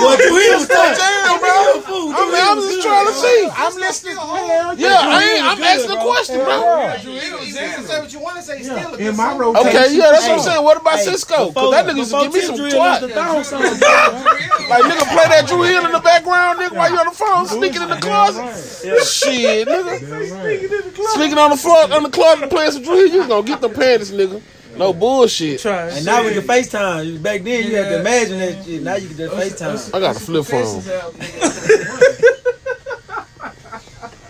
S14: boy, you is tough.
S3: Damn, bro.
S14: You a fool.
S3: I mean, I'm just trying to see.
S2: I'm listening. Home.
S3: Yeah, I ain't, I'm asking a question, bro.
S2: You can say what you want to say. Still, a good
S1: In my
S2: song.
S1: rotation,
S3: Okay, yeah, that's what I'm
S14: Hey,
S3: saying. What about
S14: hey,
S3: Cisco?
S14: before-
S3: Cause that nigga used to
S14: before
S3: give me some
S14: Tim Drill was
S3: twat.
S14: the thong song, bro.
S3: Like nigga play that Drew Hill in the background, nigga, while you on the phone, sneaking in the closet. Shit, nigga. Sneaking on the floor, on the closet, playing some Drew Hill. You gonna get them panties, nigga. No bullshit. I
S14: And now we can FaceTime. Back then you had to imagine that shit. Now you can just FaceTime.
S3: got a flip phone.
S6: Confessions album, nigga.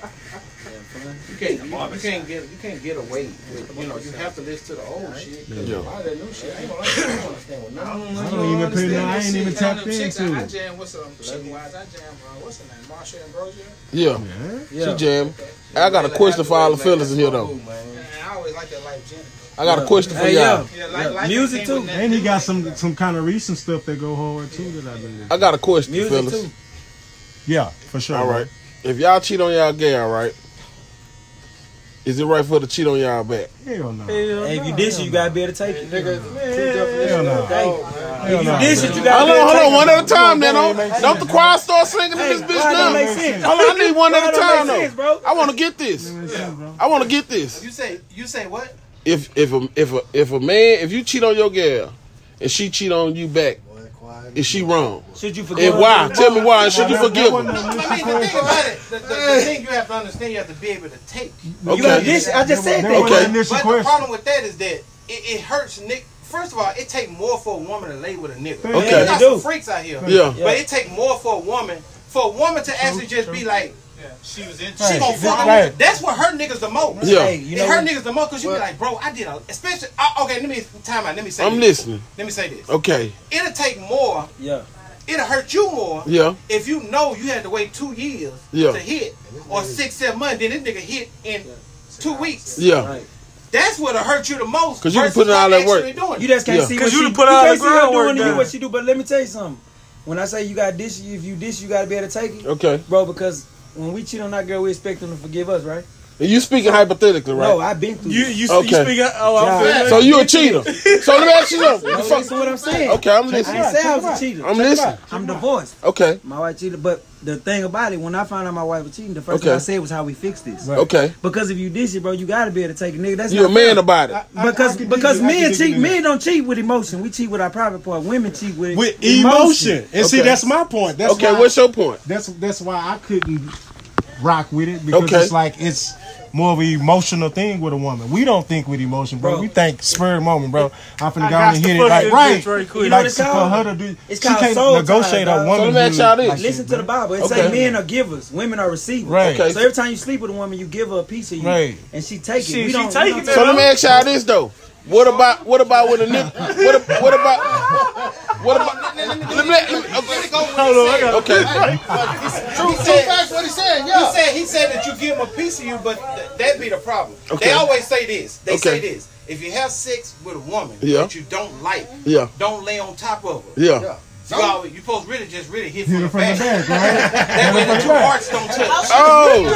S2: You can't, you, you can't get you can't get away. With, you know, you have to listen to the old shit. 'cause
S3: Yeah.
S2: A lot of that new shit. I ain't gonna lie, I don't understand what none of them.
S1: I don't even pay no. I ain't even tapped
S17: Chicks, I, I
S1: into it.
S17: jam with some chick wise. I jam, uh, what's her name? Marsha Ambrosia.
S3: Yeah, she
S14: Yeah.
S3: jamming. I got a question for all the fellas in here though.
S17: And I always like that life Jenny.
S3: I got a question for
S14: Hey, yeah.
S3: y'all.
S17: Yeah, like, like
S14: Music
S17: it came with
S14: too.
S17: that
S1: And he
S17: dude,
S1: got
S17: like,
S1: some
S17: uh,
S1: some kind of recent stuff that go hard too that I did.
S3: I got a question,
S14: Music
S3: fellas.
S14: too.
S1: Yeah, for sure.
S3: All right. If y'all cheat on y'all gal, right? Is it right for her to cheat on y'all back?
S1: Hell no.
S14: Hey, if you dish it, you gotta be able to take it.
S1: Hell no.
S14: Hey,
S1: Hell
S14: if
S1: no.
S14: you dish it, you gotta
S3: Hold on,
S14: be able to
S3: hold
S14: take
S3: on,
S14: it.
S3: one at a time, then. Don't, don't the choir start singing in this
S14: Hey, why don't make
S3: bitch
S14: sense?
S3: now. Hold on, I need one
S14: Why
S3: at a
S14: don't
S3: time
S14: make sense,
S3: though.
S14: bro?
S3: I want to get this. I want to get this.
S2: You say you say what?
S3: If if a, if a, if a man if you cheat on your girl and she cheat on you back, is she wrong?
S14: Should you forget?
S3: And why? Tell me why. And should you forgive her?
S2: I mean, the thing about it, the, the, the thing you have to understand, you have to be able to take.
S14: You gotta
S3: Okay.
S14: dish. it. I just said
S1: That
S14: that.
S1: was
S3: Okay.
S1: the initial
S2: But the
S1: question.
S2: problem with that is that it, it hurts Nick. First of all, it take more for a woman to lay with a nigga.
S1: Okay.
S2: There's
S14: Yeah,
S2: not
S14: they
S2: some
S14: do.
S2: freaks out here.
S3: Yeah.
S2: But it take more for a woman, for a woman to actually just be like,
S17: She was in.
S2: she gonna fuck.
S1: Right.
S2: me. That's what hurt niggas the most.
S3: Yeah.
S14: Hey, you know
S2: it hurt
S14: what?
S2: niggas the most because you be like, bro, I did a, especially. I, okay, let me time out. Let me say.
S3: I'm
S2: this.
S3: listening.
S2: Let me say this.
S3: Okay.
S2: It'll take more.
S14: Yeah.
S2: It'll hurt you more
S3: Yeah.
S2: if you know you had to wait two years
S3: Yeah.
S2: to hit or six, seven months. Then this nigga hit in two weeks.
S3: Yeah.
S14: Right.
S2: That's what'll hurt you the most.
S3: 'Cause you
S2: versus
S3: put in
S2: her
S3: all that work.
S2: actually doing it.
S14: You just can't
S3: Yeah.
S14: see
S3: 'Cause
S14: what
S3: you
S14: she,
S3: done put all
S14: can't
S3: the
S14: see her
S3: groundwork
S14: doing to you
S3: down.
S14: what she do. But let me tell you something. When I say you got this, you- if you dish, you gotta be able to take it,
S3: Okay.
S14: bro. Because when we cheat on that girl, we expect them to forgive us, right?
S3: And you speaking hypothetically, right?
S14: No, I've been through.
S3: You-
S14: it.
S3: you- you Okay. speak-
S14: oh, I'm feeling
S3: So
S14: it.
S3: you a cheater. so let me ask you something.
S14: No,
S3: The fuck-
S14: listen what I'm saying.
S3: Okay, I'm
S14: Check it
S3: listening.
S14: out, check it out. I ain't say I was a cheater.
S3: I'm
S14: Check it
S3: listening.
S14: out. I'm divorced.
S3: Okay.
S14: My wife cheated, but the thing about it, when I found out my wife was cheating, the first thing
S3: Okay.
S14: I said was how we fix this.
S3: Okay.
S14: Because if you dish it, bro, you gotta be able to take it, nigga. That's
S3: You
S14: not
S3: a man
S14: fair.
S3: about it.
S14: because
S1: can
S14: because
S1: dig it. I
S14: men
S1: can dig it
S14: cheat,
S1: in
S14: men don't cheat with emotion. We cheat with our private part. Women cheat with
S1: with emotion. And see, that's my point. That's
S3: Okay,
S1: why-
S3: what's your point?
S1: That's that's why I couldn't rock with it because
S3: Okay.
S1: it's like it's more of an emotional thing with a woman. We don't think with emotion, bro.
S14: Bro.
S1: We think spur of the moment, bro. I'm finna
S14: I
S1: go
S14: got
S1: and
S14: to
S1: hit it
S14: push
S1: like
S14: this
S1: right.
S14: bitch right quick. You know what
S1: Like
S14: it's
S1: for
S14: called?
S1: her to do,
S14: It's
S1: she
S14: called
S1: can't
S14: soul
S1: negotiate
S14: tie,
S1: a
S14: dog.
S1: woman.
S14: Listen to the Bible. It
S1: Okay.
S14: say men are givers, women are receivers.
S1: Right. Okay.
S14: So every time you sleep with a woman, you give her a piece of you,
S3: Right.
S14: and she take it.
S3: Shit,
S14: we
S3: she
S14: don't,
S3: take
S14: we
S3: it,
S14: don't
S3: So let me ask y'all this though. What about what about when a nigga? What, a- what about what about? Let me let me. Okay. okay.
S2: True,
S5: true facts, what he said, yeah.
S2: He said he said that you give him a piece of you, but th- that be the problem.
S3: Okay.
S2: They always say this. They say
S3: Okay.
S2: this. If you have sex with a woman
S3: Yeah.
S2: that you don't like,
S3: Yeah.
S2: don't lay on top of her.
S3: Yeah.
S2: You always, you supposed to really just really hit from the
S1: from the
S2: back.
S1: back, right?
S2: That way the two hearts don't touch.
S3: Oh.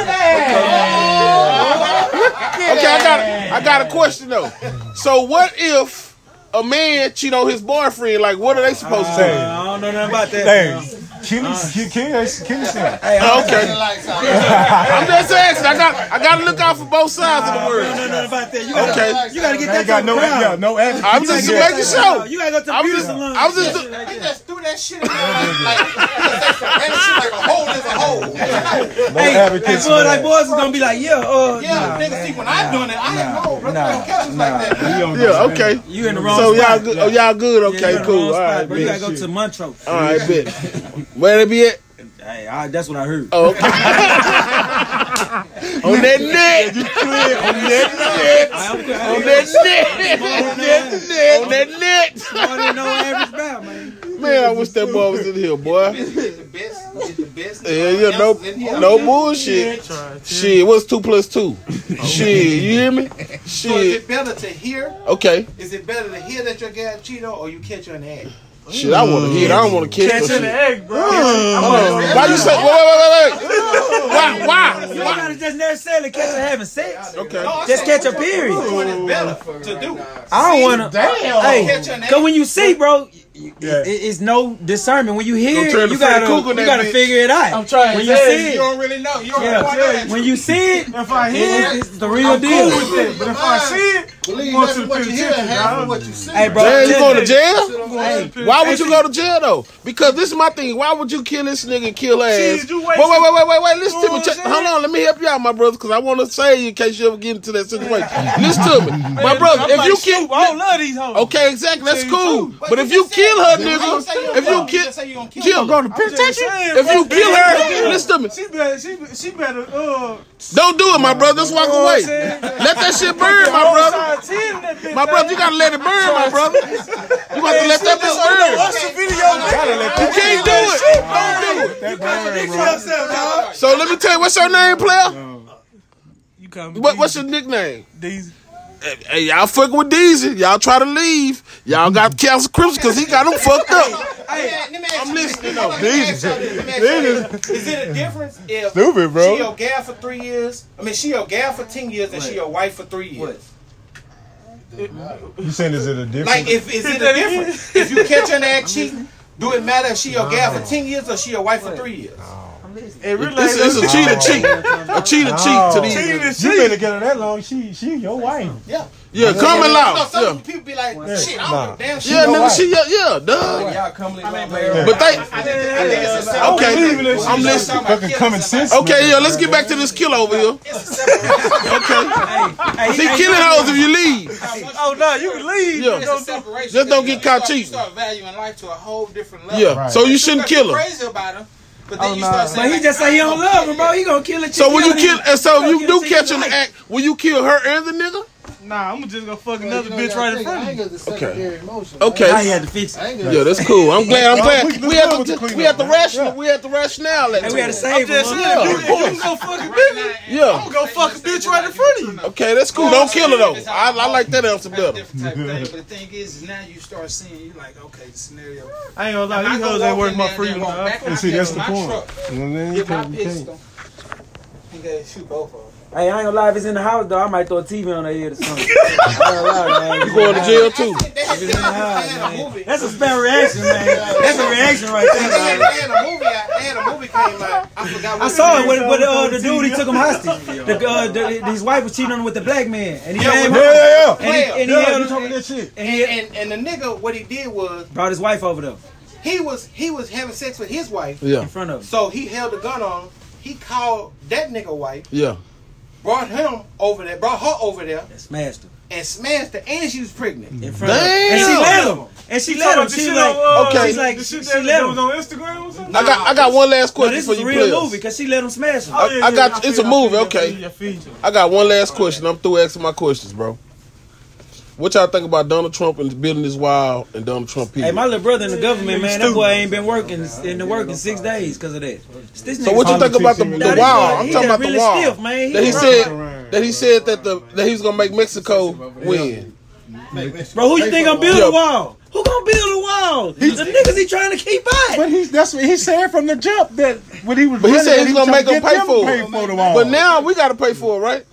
S3: Okay, I got a, I got a question though. So what if a man cheat on his boyfriend? Like, what are they supposed to say?
S14: I don't know nothing about that.
S1: Hey, Kenny, Kenny, Kenny said.
S14: Hey,
S3: I'm Okay. saying I'm just asking. I got I got to look out for both sides of the world.
S14: No, no, about that. You
S3: gotta-
S14: gotta,
S3: Okay.
S14: you gotta get that.
S1: Ain't got
S14: to the
S1: no,
S14: crowd.
S1: yeah, no advocacy.
S3: I'm just
S1: Yeah.
S3: making sure.
S14: You gotta go to the
S3: I'm
S14: beauty
S3: just-
S14: salon.
S3: I'm just-
S14: Shit like
S2: He
S14: that.
S2: just threw that shit in there like, that shit like a hole is a hole.
S1: No
S14: hey, hey,
S1: advocacy.
S14: boys, like boys is gonna be like, yeah, uh,
S2: Yeah, nigga, see, when I'm doing it, I ain't know, bro. They don't catch us like that.
S3: Yeah. Okay.
S14: You in the wrong
S3: so
S14: spot.
S3: y'all good? Oh, y'all good?
S14: Yeah,
S3: Okay.
S14: you in the
S3: cool.
S14: wrong
S3: All
S14: spot,
S3: right.
S14: bro. You
S3: bet.
S14: gotta go to Montrose.
S3: All right. Bet. Where they be at?
S14: Hey, I, that's what I heard.
S3: Oh, okay. on that net.
S14: I'm good.
S3: On that net. On that net. On that net.
S14: Smarter than no average bow, man.
S3: Man, I wish that boy was in here, boy.
S2: It's the best. It's the best.
S3: Yeah, yeah, no, no bullshit. Oh. Shit, what's two plus two? Shit, you hear me?
S2: So is it
S3: Shit.
S2: better to hear?
S3: Okay.
S2: Is it better to hear that your guy cheated on or you catch her in the act?
S3: Shit, I want to hit. I don't want to catch
S14: Catch
S3: no
S14: in the
S3: shit.
S14: egg, bro.
S3: Why you say? Wait, wait, wait, wait, wait. Why? Why?
S14: You ain't gotta just necessarily catch her having sex.
S3: Okay.
S2: No, I
S14: Just
S2: said,
S14: catch a
S2: what you're
S14: period.
S2: doing is better to do.
S14: I don't wanna.
S2: Damn. Catch her in
S14: Hey,
S2: the
S14: cause when you see, bro,
S1: Yeah.
S14: it, it's no discernment. When you hear,
S3: I'm trying
S14: it,
S3: to
S14: you
S3: find
S14: gotta,
S3: Cook on
S14: you
S3: that
S14: gotta
S3: bitch.
S14: figure it out.
S1: I'm trying
S14: When
S1: to
S14: you
S1: tell
S14: see
S2: You
S14: it,
S2: don't really know. You don't
S14: Yeah.
S2: really know.
S14: when you see it,
S1: If I hear
S14: it's,
S1: it,
S14: it's the real
S1: I'm
S14: deal.
S1: cool with it. But if I see it,
S5: Believe
S1: Going
S5: half
S1: to
S5: of
S1: the
S5: what you hear,
S1: penitentiary,
S5: half
S1: dog.
S5: of what you see.
S14: Hey, bro,
S3: Damn, you
S14: tell
S3: going to
S14: me-
S3: jail?
S5: Hey,
S3: Why would you go to jail though? Because this is my thing. Why would you kill this nigga and kill her ass?
S14: Jeez, you
S3: wait,
S14: wasting-
S3: wait, wait, wait, wait, wait. Listen to me.
S14: What
S3: Check-
S14: I'm saying?
S3: Hold on. Let me help you out, my brother, because I want to save you in case you ever get into that situation. Listen to me, my brother.
S14: I'm
S3: If
S14: like,
S3: you
S14: shoot,
S3: kill,
S14: I don't love these hoes.
S3: okay, exactly. That's
S14: Shit,
S3: cool.
S14: too.
S3: But if you
S2: just
S3: kill her,
S2: said- I
S3: nigga,
S2: didn't say you gonna
S3: if you
S2: kill-
S3: kill,
S2: just say you gonna kill
S3: kill,
S2: her.
S3: her.
S1: I'm just saying,
S3: If
S1: bro,
S3: you kill her, listen to me.
S1: She better, she, be- she better, uh,
S3: Don't do it, my brother. Just walk away.
S1: saying?
S3: Let that shit burn, my brother. My brother, you gotta let it burn, my brother. You got to let that bitch burn.
S14: the video.
S3: You can't do it. Don't do it.
S1: that
S14: Contradict yourself, dog.
S3: So let me tell you, what's your name, player?
S14: You come.
S3: What, what's your nickname?
S14: these?
S3: Hey, y'all fucking with Deezy. Y'all try to leave. Y'all got Council Crips because he got them fucked up.
S2: I'm
S3: listening, though.
S2: Is it a difference if
S3: Stupid, bro.
S2: she your gal for three years? I mean, she your gal for ten years and she your wife for three years.
S1: You saying is it a difference?
S2: Like, if is it a difference? if you catch her in the act cheating, do it matter if she your gal for ten years or she your wife for three years?
S3: This this is a cheater cheat. A cheater cheat to these.
S1: you been together that long, she she your wife.
S2: Yeah.
S3: Yeah, come
S2: No,
S3: and loud.
S2: some
S3: Oh, Yeah,
S2: people be like, shit, I
S1: Nah.
S2: don't give a damn shit.
S3: yeah, nigga, she yeah, yeah, duh.
S6: Y'all come live around
S3: But they
S1: I
S3: Okay,
S1: wouldn't leave it if
S3: I'm
S1: she-
S3: listening.
S1: Fucking common sense.
S3: okay, yeah. Let's get back to this kill over here. Okay,
S14: Hey,
S3: see,
S14: hey,
S3: killing hoes if you leave.
S14: Oh no, you can leave.
S3: Yeah.
S2: It's a separation.
S3: Just don't
S2: You
S3: get caught
S2: start- You
S3: cheating.
S2: start valuing life to a whole different level.
S3: Yeah, so you shouldn't
S2: Sometimes
S3: kill
S2: you
S3: her.
S2: Crazy about her, but then you start saying,
S14: Oh, But he
S2: like,
S14: just
S2: I
S14: say he don't
S2: gonna
S14: love
S2: kill
S14: him, bro. He gonna kill a chick.
S3: So when you
S14: He
S3: kill,
S14: gonna-
S3: and so
S14: he
S3: you
S14: gonna
S3: do
S14: kill a chick
S3: catch an
S14: tonight.
S3: act, will you kill her and the nigga?
S18: Nah, I'm just gonna fuck
S4: Well,
S18: another
S4: you know,
S18: bitch
S4: y'all
S18: right in
S4: think I
S18: front
S4: ain't got
S18: of
S4: the
S18: you.
S4: secondary emotion.
S3: Okay.
S4: I ain't- I ain't got-
S3: Yeah, that's cool. I'm glad. I'm glad. We had the we had the rational. We had the rationale. at
S19: And we had
S3: time.
S19: to save
S3: I'm
S19: him.
S3: just
S19: huh?
S3: saying,
S19: Yeah.
S3: of course. Yeah.
S18: I'm gonna fuck a bitch right in front of you.
S3: Okay, that's cool. Don't kill her though. I, I like that answer better.
S6: type thing. But the thing is, is now you start seeing you like, okay, the scenario.
S18: I ain't gonna lie,
S6: Now, I
S18: these
S6: go
S18: hoes ain't
S6: walk
S18: worth
S6: in
S18: my
S6: there and
S18: freedom,
S6: walk
S18: dog.
S6: back
S20: And
S6: out
S20: see,
S6: there
S20: that's
S6: with
S20: the
S6: my
S20: point.
S6: truck.
S20: You know what I mean? You
S6: Get my
S20: can't- you can't-
S6: pistol. You gotta shoot both of them.
S14: Hey, I ain't gonna lie, if it's in the house, though, I might throw a TV on their head or something. I ain't gonna lie, man.
S3: You going to jail too?
S14: If it's in the house, man. That's a spare reaction, man. That's a reaction right
S2: They had, they
S14: there, man.
S2: had a movie out. They had a movie came out. I forgot.
S14: I saw it when, when uh, the dude he took him hostage. The, uh, the, his wife was cheating on him with the black man, and he
S2: Yeah,
S14: came
S2: yeah,
S14: home.
S2: yeah, yeah.
S14: And he, and he
S2: Yeah,
S14: held
S2: you
S14: him-
S2: talking
S14: and, shit.
S2: And, and, and the nigga, what he did was
S14: brought his wife over there
S2: he was he was having sex with his wife.
S14: in front of him.
S2: So he held the gun on. him. He called that nigga wife,
S3: Yeah.
S2: brought him over there, brought her over there,
S14: Smashed him.
S2: and smashed her. And she was pregnant.
S14: In front of him. And she let him. And she let him. She like,
S3: Okay.
S14: she's like,
S18: The
S14: she
S18: shit that
S14: let
S18: was
S14: him.
S18: on Oh, Instagram or something?
S3: I got I got one last
S14: No,
S3: question
S14: this
S3: for
S14: is a
S3: you,
S14: real
S3: players.
S14: movie because she let him smash him.
S3: I, I got it's a movie. Okay. I got one last question. I'm through asking my questions, bro. What y'all think about Donald Trump and building this wall and Donald Trump people?
S14: Hey, my little brother in the government,
S3: You
S14: man, that
S3: stupid.
S14: boy ain't been working in the work in six days because of that. This
S3: So
S14: nigga-
S3: what you think about the, the
S14: Nah, this
S3: wall?
S14: boy,
S3: I'm
S14: he
S3: talking
S14: done
S3: about the
S14: really
S3: wall.
S14: stiff, man. He
S3: That he
S14: done-
S3: said that he said that the that he was gonna make Mexico win.
S14: Bro, who you think gonna build
S3: Yeah.
S14: a wall? Who gonna build a wall? the niggas he trying to keep out.
S1: But he's that's what he said from the jump that when he was.
S3: But he
S1: running,
S3: said
S1: that
S3: he's gonna
S1: was
S3: make them
S1: trying to
S3: pay
S1: get
S3: for
S1: pay
S3: it.
S1: the wall.
S3: But now we gotta pay for it, right?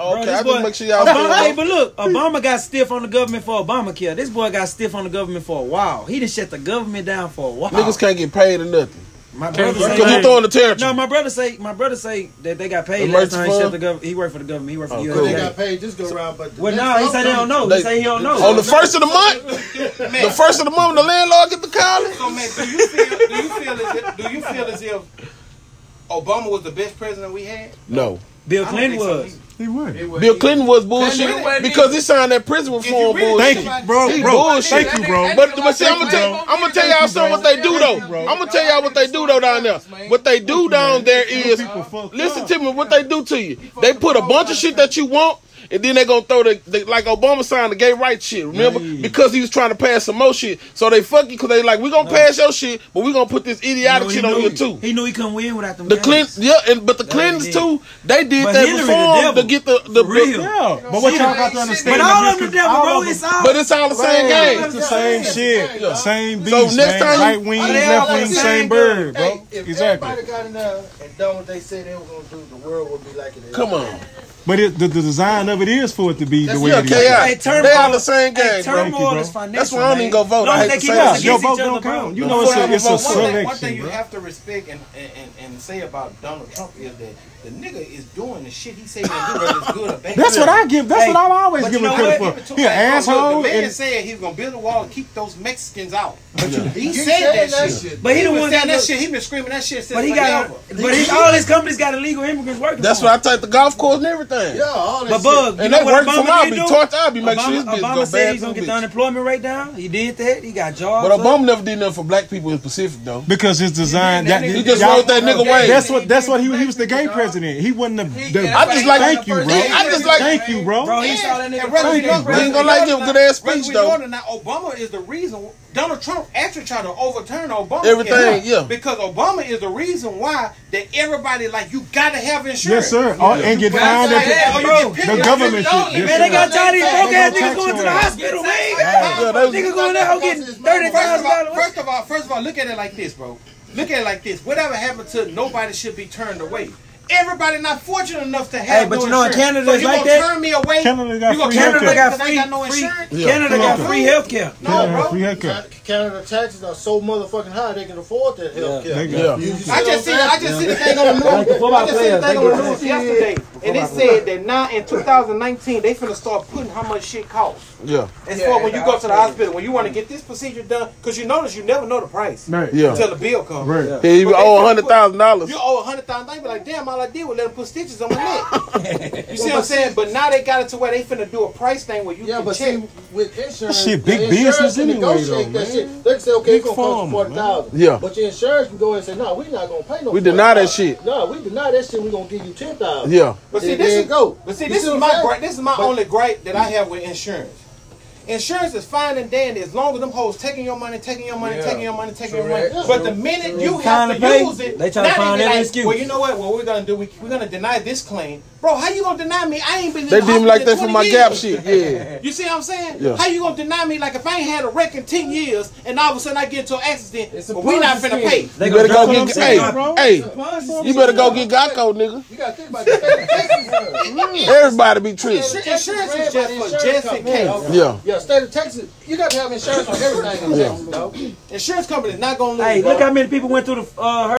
S3: Oh,
S14: Bro,
S3: Okay,
S14: this
S3: I
S14: boy-
S3: just make sure y'all.
S14: Obama, hey,
S3: feel-
S14: but look, Obama got stiff on the government for Obamacare. This boy got stiff on the government for a while. He done shut the government down for a while.
S3: Niggas can't get paid or nothing.
S14: My brother say-
S3: Because you throwing the territory.
S14: No, my brother say my brother say that they got paid last
S3: Emergency
S14: time. He, shut
S3: fund?
S14: the gov- he worked for the government. He worked for
S3: Oh,
S14: the
S3: cool.
S14: USDA.
S3: They
S4: got paid this go round, but the
S14: Well,
S4: next
S14: no, he say they don't
S4: upcoming-
S14: know.
S3: They-
S14: he say he don't know.
S3: On the first of the month, the first of the month, the landlord get the calling.
S2: So man, do you feel do you feel as if, do you feel as if Obama was the best president we had?
S3: No.
S14: Bill
S2: I don't Clinton think so
S14: was.
S1: He would.
S3: Bill Clinton was
S2: Clinton
S3: bullshit
S2: wasn't
S3: because he signed that prison reform
S2: really-
S3: bullshit.
S2: Thank you, bro,
S3: He
S2: bro.
S3: bullshit.
S2: Thank you, bro.
S3: But, but see, I'm
S2: Thank
S3: gonna tell,
S2: you, bro.
S3: I'm gonna tell y'all something what they do though. I'm gonna tell y'all what they do though down there. What they do down there is, listen to me. What they do to you? They put a bunch of shit that you want. And then they gonna throw the, the like Obama signed the gay rights shit, remember? Because he was trying to pass some more shit. So they fuck you because they like we gonna pass your shit, but we gonna put this idiotic
S14: You
S3: shit
S14: know,
S3: on
S14: he
S3: you
S14: knew-
S3: too.
S14: He knew he couldn't win without them.
S3: The
S14: guys.
S3: Clint, yeah, and but the Clintons
S14: did.
S3: too. They did
S14: But
S3: that
S14: Hillary the
S3: reform
S14: devil.
S3: to get the the
S14: For real.
S1: Yeah, but what y'all got to understand?
S14: But all
S1: is
S14: of them
S1: because
S14: devil, bro.
S1: of
S14: It's
S1: them-
S14: all.
S3: But it's all the same game.
S1: It's the same shit, same
S3: So
S1: beast,
S3: next
S1: man.
S3: time you-
S1: Right wing,
S3: Are they
S1: left
S3: all
S1: wing,
S3: the
S1: same
S3: same
S1: bird, bro.
S4: Hey, if
S1: Exactly.
S4: everybody got in there and done what they said they were gonna do, the world would be like it is.
S3: Come on.
S1: But it, the, the design of it is for it to be the way
S3: yeah,
S1: it is.
S3: chaos.
S14: Hey,
S3: they
S14: turmoil-
S3: all the same
S14: hey,
S3: game, bro.
S14: turmoil
S3: That's
S14: is financial,
S3: why I don't even go
S14: man.
S3: vote.
S14: Long
S3: I
S14: as they
S3: hate to
S14: keep
S3: say
S14: us
S3: it.
S14: against
S1: Your vote
S14: each other,
S1: don't
S14: bro.
S1: count. You know it's a- it's a
S2: one thing, one
S1: selection,
S2: thing you
S1: bro.
S2: have to respect and, and, and, and say about Donald Trump is that the nigga is doing the shit he say he gonna do, whether it's good or bad.
S1: That's what I give. That's
S14: Hey,
S1: what I always
S2: But
S1: give
S2: you
S1: him
S2: know
S1: credit
S2: what?
S1: for. He
S2: Look,
S1: an asshole.
S2: The man
S1: and-
S2: said he's gonna build a wall to keep those Mexicans out. He
S4: You
S2: said
S4: said
S2: that,
S4: that
S2: shit.
S4: shit.
S14: But he the
S2: been saying
S14: one that
S2: that
S14: look-
S2: shit. He been screaming that shit since
S14: But he got.
S2: forever.
S14: But he, all his companies got illegal immigrants working.
S3: That's
S14: for
S3: why I take the golf course and everything.
S4: Yeah, all that
S14: But bug, you
S3: And
S14: know
S3: they
S14: what
S3: working for
S14: Obama
S3: Lobby.
S14: did do?
S3: Torch Lobby, make sure
S14: Obama,
S3: this bitch
S14: Obama
S3: go
S14: said
S3: bad
S14: he's
S3: to
S14: gonna
S3: the
S14: get the
S3: bitch.
S14: unemployment rate down. He did that. He got jobs.
S3: But
S14: up.
S3: Obama never did nothing for black people in Pacific though.
S1: Because his design, that,
S3: He just
S1: y'all-
S3: rode that nigga wave.
S1: That's what. That's what he, he was the gay president. He wasn't the. the
S3: I just like-
S1: Thank you, bro.
S3: I just like-
S1: Thank you, bro.
S14: Bro, he saw that nigga.
S2: And whether
S1: Thank
S2: we
S1: you,
S2: know-
S1: bro.
S3: We ain't gonna like him good ass
S2: whether we
S3: speech,
S2: know
S3: though.
S2: it or not, Obama is the reason. Donald Trump actually tried to overturn Obama.
S3: Everything, yeah.
S2: Because Obama is the reason why that everybody like you gotta have insurance.
S1: Yes, sir. Oh, and get
S2: You
S1: fined
S2: gotta
S1: at
S2: have
S1: the-
S2: that, or you get
S1: the
S2: picked up.
S1: government shit.
S2: Man,
S1: Yes,
S14: they got
S1: sir.
S14: tired of these broke ass
S1: They
S14: niggas
S1: gonna
S14: going to the
S1: tax your
S14: hospital, man.
S3: Yeah, they was-
S14: Nigga going there out getting thirty
S2: First of
S14: thousand
S2: all,
S14: dollars.
S2: first of all, first of all, look at it like this, bro. Look at it like this. Whatever happened to nobody should be turned away. Everybody not fortunate enough to have.
S14: Hey, but
S2: no
S14: you know in
S2: insurance.
S14: Canada
S2: so
S14: it's
S2: you
S14: like
S2: gonna
S14: that.
S2: turn me away?
S1: Canada got
S2: you gonna
S1: free
S2: turn me
S1: healthcare.
S2: away
S14: Canada got
S2: 'cause I ain't got no
S14: free- free-
S2: insurance?
S3: Yeah.
S14: Canada got
S1: Come on.
S14: free healthcare.
S1: Canada
S4: No,
S1: got free
S4: bro.
S1: haircut.
S4: Canada taxes are so motherfucking high they can afford that health care.
S1: They
S3: Yeah.
S1: got.
S2: I just seen I just seen the thing on the
S14: Like the
S2: news.
S14: football
S2: I just seen the
S14: players,
S2: thing
S14: they
S2: on
S14: get
S2: the news
S14: that.
S2: yesterday, and it said that now in 2019 they finna start putting how much shit costs.
S3: Yeah,
S2: As far when you go to the hospital, when you want to get this procedure done, because you notice you never know the price
S1: Right.
S3: Yeah.
S2: until the bill comes.
S1: Right.
S3: yeah. He
S2: But they
S3: owe
S2: still
S3: hundred thousand dollars.
S2: You owe a hundred thousand dollars, be like, damn, all I did was let them put stitches on my neck. you see what I'm saying? But now they got it to where they finna do a price thing where you
S4: Yeah,
S2: can
S4: but
S2: check.
S4: see, with insurance,
S1: That shit
S4: your
S1: big
S4: insurance
S1: business
S4: can
S1: anyway,
S4: negotiate
S1: though,
S4: that
S1: man.
S4: shit. They can say, okay,
S1: Big
S4: it's gonna cost
S1: farmer,
S4: you forty thousand.
S3: man. Yeah.
S4: But your insurance can go and say, no, we're not gonna pay no.
S3: We deny that
S4: $40,000.
S3: shit.
S4: No, we deny that shit. We're gonna give you ten thousand.
S3: Yeah.
S2: but But see,
S4: Then
S2: this
S4: there
S2: is
S4: you go.
S2: But see,
S4: You
S2: this
S4: see
S2: is
S4: what
S2: my
S4: I'm saying?
S2: gripe. This is my
S4: But-
S2: only gripe that I have with insurance. Insurance is fine and dandy as long as them hoes taking your money, taking your money,
S13: Yeah.
S2: taking your money, taking
S13: Correct.
S2: your money. But the
S13: True.
S2: minute
S13: True.
S2: you
S13: Time
S2: have to,
S13: to pay,
S2: use it,
S13: they try to
S2: not
S13: find
S2: even
S13: every
S2: like,
S13: excuse.
S2: Well, you know what? What we're gonna do? We, we're gonna deny this claim, bro. How you gonna deny me? I ain't been. in
S3: They
S2: the
S3: did me like
S2: hospital
S3: that for
S2: in
S3: my
S2: 20
S3: gap
S2: years.
S3: shit. Yeah.
S2: You see what I'm saying?
S3: Yeah.
S2: How you gonna deny me? Like if I ain't had a wreck in ten years, and all of a sudden I get into an accident, but we not finna pay.
S3: You better go get hey, hey. You better go get Geico, nigga.
S4: You gotta think about the
S3: Everybody be tripping.
S4: Insurance is just for
S2: just in case.
S3: Yeah.
S4: Yeah, state of Texas, you got to have insurance on everything in
S3: Yeah.
S4: Texas, dog.
S2: Insurance company is not gonna lose.
S21: Hey,
S2: bro.
S21: look how many people went through the uh,